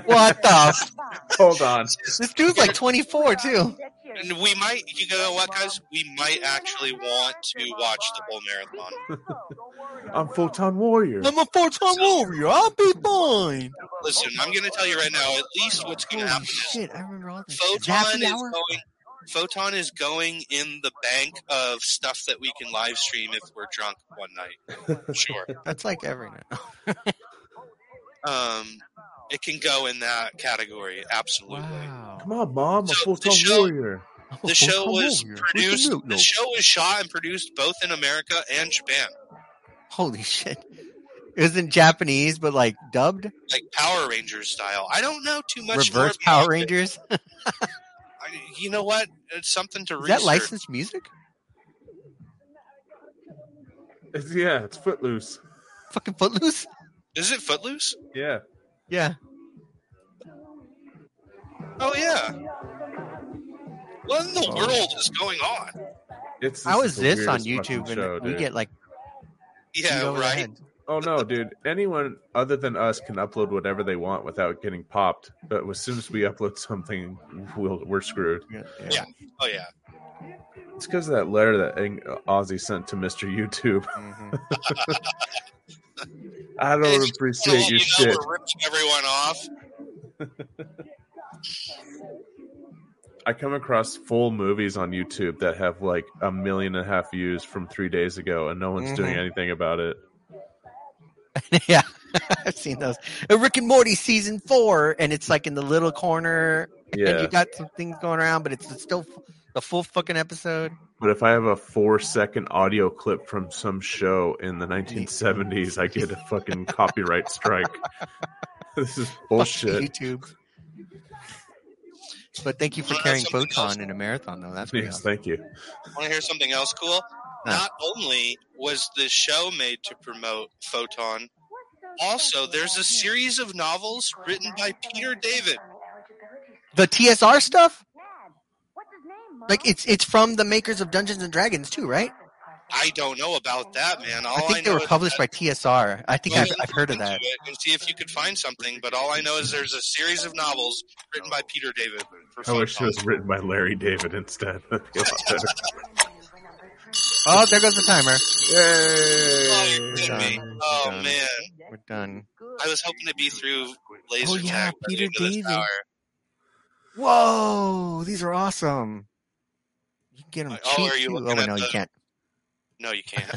Speaker 3: what the? f-
Speaker 6: Hold on.
Speaker 3: This dude's like 24 too.
Speaker 7: And we might, you know what, guys? We might actually want to watch the whole marathon.
Speaker 6: I'm Photon Warrior.
Speaker 3: I'm a four-time warrior. I'll be fine.
Speaker 7: Listen, I'm going to tell you right now. At least what's going
Speaker 3: Holy
Speaker 7: to happen is
Speaker 3: shit! I remember all this. shit.
Speaker 7: Photon
Speaker 3: Happy
Speaker 7: is
Speaker 3: hour.
Speaker 7: going. Photon is going in the bank of stuff that we can live stream if we're drunk one night. Sure.
Speaker 3: That's like every night.
Speaker 7: Um, It can go in that category, absolutely.
Speaker 6: Come on, mom, a
Speaker 7: So,
Speaker 6: full time
Speaker 7: the show-
Speaker 6: warrior.
Speaker 7: The show
Speaker 3: Come
Speaker 7: was
Speaker 3: over here. Where's the
Speaker 7: produced.
Speaker 3: milk,
Speaker 7: The
Speaker 3: though?
Speaker 7: show was shot and produced both in America and Japan,
Speaker 3: Holy shit! It was in Japanese, but like dubbed,
Speaker 7: like Power Rangers style. I don't know too much. more
Speaker 3: reverse
Speaker 7: about
Speaker 3: Power
Speaker 7: it.
Speaker 3: Rangers.
Speaker 7: I, you know what? It's something to
Speaker 3: Is
Speaker 7: research.
Speaker 3: that licensed music?
Speaker 6: It's- yeah, it's Footloose.
Speaker 3: Fucking Footloose.
Speaker 7: Is it Footloose?
Speaker 6: Yeah,
Speaker 3: Yeah.
Speaker 7: Oh yeah. What in the
Speaker 3: Oh.
Speaker 7: world is going on?
Speaker 6: it's.
Speaker 3: How
Speaker 6: is
Speaker 3: is
Speaker 6: the
Speaker 3: this on
Speaker 6: weirdest
Speaker 3: YouTube?
Speaker 6: fucking
Speaker 3: And
Speaker 6: show,
Speaker 3: we
Speaker 6: dude.
Speaker 3: get like beat
Speaker 7: Yeah,
Speaker 3: over the
Speaker 7: right.
Speaker 3: head.
Speaker 6: Oh no, dude! Anyone other than us can upload whatever they want without getting popped. But as soon as we upload something, we'll, we're screwed.
Speaker 3: Yeah.
Speaker 7: Yeah. Oh yeah.
Speaker 6: It's because of that letter that Ang- Ozzy sent to Mister YouTube.
Speaker 3: Mhm.
Speaker 6: I
Speaker 7: Hey,
Speaker 6: don't
Speaker 7: just
Speaker 6: appreciate
Speaker 7: wanna let
Speaker 6: your
Speaker 7: you know
Speaker 6: shit.
Speaker 7: We're ripping everyone off.
Speaker 6: I come across full movies on YouTube that have like a million and a half views from three days ago, and no one's doing
Speaker 3: Mhm.
Speaker 6: anything about it.
Speaker 3: yeah. I've seen those. Uh, Rick and Morty season four, and it's like in the little corner, and
Speaker 6: Yeah,
Speaker 3: you got some things going around, but it's it's still f- the full fucking episode.
Speaker 6: but if I have a four-second audio clip from some show in the 1970s, I get a fucking copyright strike. This is
Speaker 3: Fuck
Speaker 6: bullshit.
Speaker 3: YouTube. But thank you for
Speaker 7: Well, that's
Speaker 3: carrying
Speaker 7: something else.
Speaker 3: Photon in a marathon, though. That's pretty
Speaker 6: Yes,
Speaker 3: awesome.
Speaker 6: thank you.
Speaker 7: Want to hear something else cool? Not only was this show made to promote Photon, also there's a series of novels written by Peter David.
Speaker 3: The TSR stuff, like it's it's from the makers of Dungeons and Dragons too, right?
Speaker 7: I don't know about that, man. All
Speaker 3: I think they
Speaker 7: know
Speaker 3: were
Speaker 7: is
Speaker 3: published
Speaker 7: that-
Speaker 3: by TSR. I think
Speaker 7: Go
Speaker 3: I've,
Speaker 7: and
Speaker 3: I've heard of
Speaker 7: look
Speaker 3: that.
Speaker 7: into it And see if you could find something. But all I know is there's a series of novels written by Peter David. For
Speaker 6: I wish it
Speaker 7: Photon.
Speaker 6: was written by Larry David instead. That'd be a lot better.
Speaker 3: Oh, there goes the timer.
Speaker 7: Oh, you're
Speaker 6: Yay!
Speaker 7: kidding me.
Speaker 3: Done,
Speaker 7: Oh,
Speaker 3: done.
Speaker 7: man,
Speaker 3: We're done.
Speaker 7: I was hoping to be through laser
Speaker 3: Oh, yeah,
Speaker 7: tag. by the
Speaker 3: Peter
Speaker 7: end of this
Speaker 3: David.
Speaker 7: hour.
Speaker 3: Whoa, these are awesome. You can get them
Speaker 7: Oh,
Speaker 3: cheap
Speaker 7: are you
Speaker 3: too.
Speaker 7: looking
Speaker 3: Oh
Speaker 7: at
Speaker 3: no, you
Speaker 7: the-
Speaker 3: can't.
Speaker 7: No, you can't.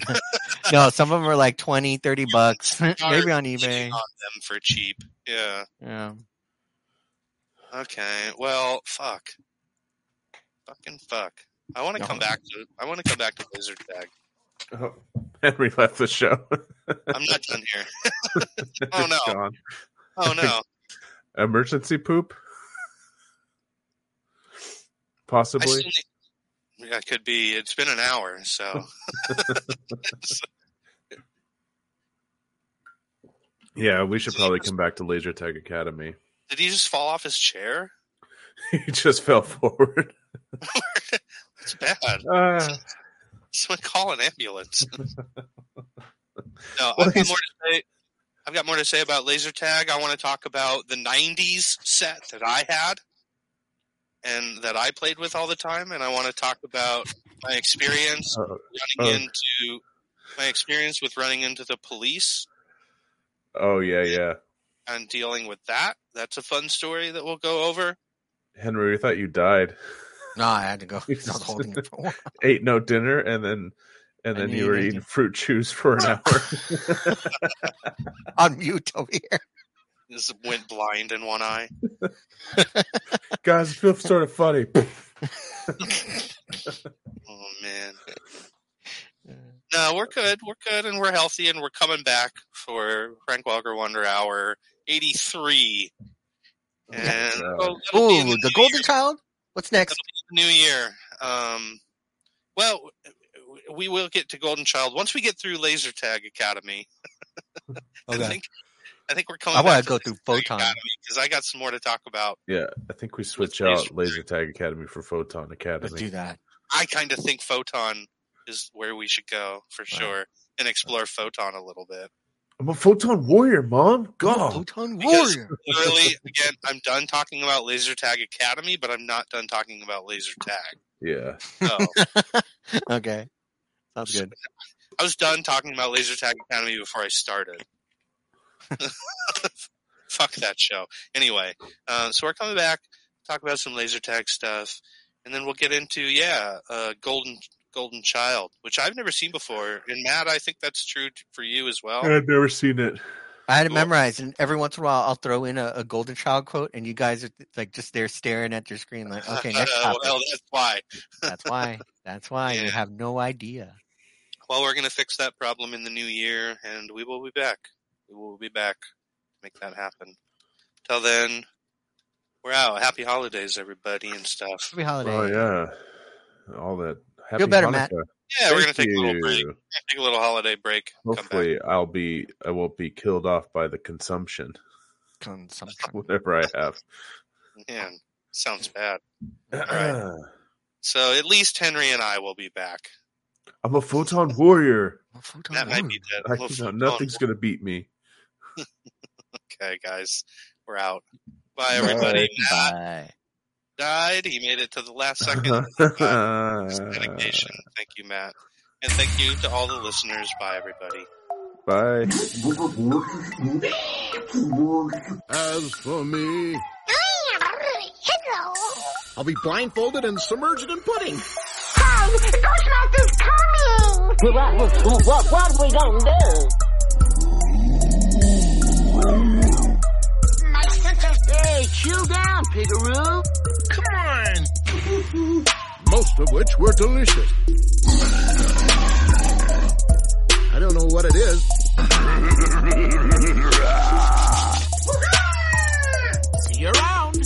Speaker 3: No, some of them are like 20, 30 bucks, maybe on
Speaker 7: Cheating
Speaker 3: eBay.
Speaker 7: on them for cheap. Yeah.
Speaker 3: Yeah.
Speaker 7: Okay. Well, fuck. Fucking fuck. I want to
Speaker 3: No.
Speaker 7: come back to. I want to come back to laser tag.
Speaker 6: Oh, Henry left the show.
Speaker 7: I'm not done here. Oh,
Speaker 6: It's
Speaker 7: no.
Speaker 6: gone.
Speaker 7: Oh no.
Speaker 6: Emergency poop?
Speaker 7: I
Speaker 6: Possibly.
Speaker 7: still need- yeah, it could be. It's been an hour, so
Speaker 6: Yeah, we should probably come back to Laser Tag Academy.
Speaker 7: did he just fall off his chair?
Speaker 6: he just fell forward.
Speaker 7: It's bad.
Speaker 6: Ah,
Speaker 7: Someone call an ambulance. no,
Speaker 6: Well,
Speaker 7: I've got
Speaker 6: he's-
Speaker 7: more to say. I've got more to say about laser tag. I want to talk about the '90s set that I had and that I played with all the time, and I want to talk about my experience
Speaker 6: oh,
Speaker 7: running
Speaker 6: oh.
Speaker 7: into my experience with running into the police
Speaker 6: oh, yeah, yeah.
Speaker 7: and dealing with that. That's a fun story that we'll go over.
Speaker 6: Henry, we thought you died.
Speaker 3: No, I had to go. I was holding it for a while.
Speaker 6: Ate no dinner and then and then
Speaker 3: And
Speaker 6: you
Speaker 3: you
Speaker 6: were
Speaker 3: ate
Speaker 6: eating fruit juice for an hour.
Speaker 3: on mute over here.
Speaker 7: Just went blind in one eye.
Speaker 6: Guys, it feels sort of funny.
Speaker 7: Oh man. No, we're good. We're good, and we're healthy, and we're coming back for Frank Walker Wonder Hour eighty-three. And
Speaker 6: God.
Speaker 7: oh, that'll be in
Speaker 3: Ooh, the Golden Child. What's next?
Speaker 7: the new year. Um, well, we will get to Golden Child once we get through Laser Tag Academy. I think I think we're coming.
Speaker 3: I
Speaker 7: back
Speaker 3: want to go through Photon.
Speaker 7: because I got some more to talk about.
Speaker 6: yeah, I think we switch
Speaker 7: Laser
Speaker 6: out Laser Tag Academy for Photon
Speaker 3: Let's do
Speaker 6: Academy.
Speaker 3: that.
Speaker 7: I kind of think Photon is where we should go for sure and explore Photon a little bit.
Speaker 6: I'm a Photon Warrior, Mom. God.
Speaker 3: Photon
Speaker 7: Because-
Speaker 3: Warrior.
Speaker 7: Literally, again, I'm done talking about Laser Tag Academy, but I'm not done talking about Laser Tag.
Speaker 6: Yeah.
Speaker 7: So
Speaker 3: Okay, sounds good.
Speaker 7: I was done talking about Laser Tag Academy before I started. Fuck that show. Anyway, uh, so we're coming back, talk about some Laser Tag stuff, and then we'll get into yeah, uh, Golden Golden
Speaker 3: Oh.
Speaker 7: Child, which I've never seen before. And Matt, I think that's true t- for you as well.
Speaker 6: I've never seen it.
Speaker 3: I had to
Speaker 7: Cool.
Speaker 3: memorize, and every once in a while, I'll throw in a, a Golden Child quote, and you guys are like just there staring at your screen, like, okay, next
Speaker 7: uh, well,
Speaker 3: topic.
Speaker 7: that's why.
Speaker 3: That's why. That's why you
Speaker 7: Yeah.
Speaker 3: have no idea.
Speaker 7: Well, we're going to fix that problem in the new year, and we will be back. We will be back to make that happen. Till then, we're out. Happy holidays, everybody, and stuff.
Speaker 3: Happy holiday.
Speaker 6: Oh yeah, all that. Happy
Speaker 3: better, Matt.
Speaker 6: Hanukkah.
Speaker 7: Yeah, we're going to
Speaker 6: Thank
Speaker 7: take a little break.
Speaker 6: you.
Speaker 7: Take a little holiday break. Come back.
Speaker 6: Hopefully, I'll be I won't be killed off by the consumption.
Speaker 3: Consumption.
Speaker 6: Whatever I have.
Speaker 7: Man, sounds bad. right. So at least Henry and I will be back.
Speaker 6: I'm a photon warrior.
Speaker 7: That might be dead.
Speaker 6: I cannot- nothing's gonna beat me.
Speaker 7: Okay, guys, we're out. Bye, everybody. Matt
Speaker 3: Bye.
Speaker 7: died. He made it to the last
Speaker 6: Uh-huh.
Speaker 7: second.
Speaker 6: Uh.
Speaker 7: Dedication. Thank you, Matt. And thank you to all the listeners. Bye, everybody.
Speaker 6: Bye.
Speaker 11: As for me, I'll be blindfolded and submerged in pudding.
Speaker 9: Ghostmaster's coming! What, what, what, what we gonna do? My senses... Hey, chill down, Pigaroo! Come on!
Speaker 11: Most of which were delicious. I don't know what it is.
Speaker 9: See you around!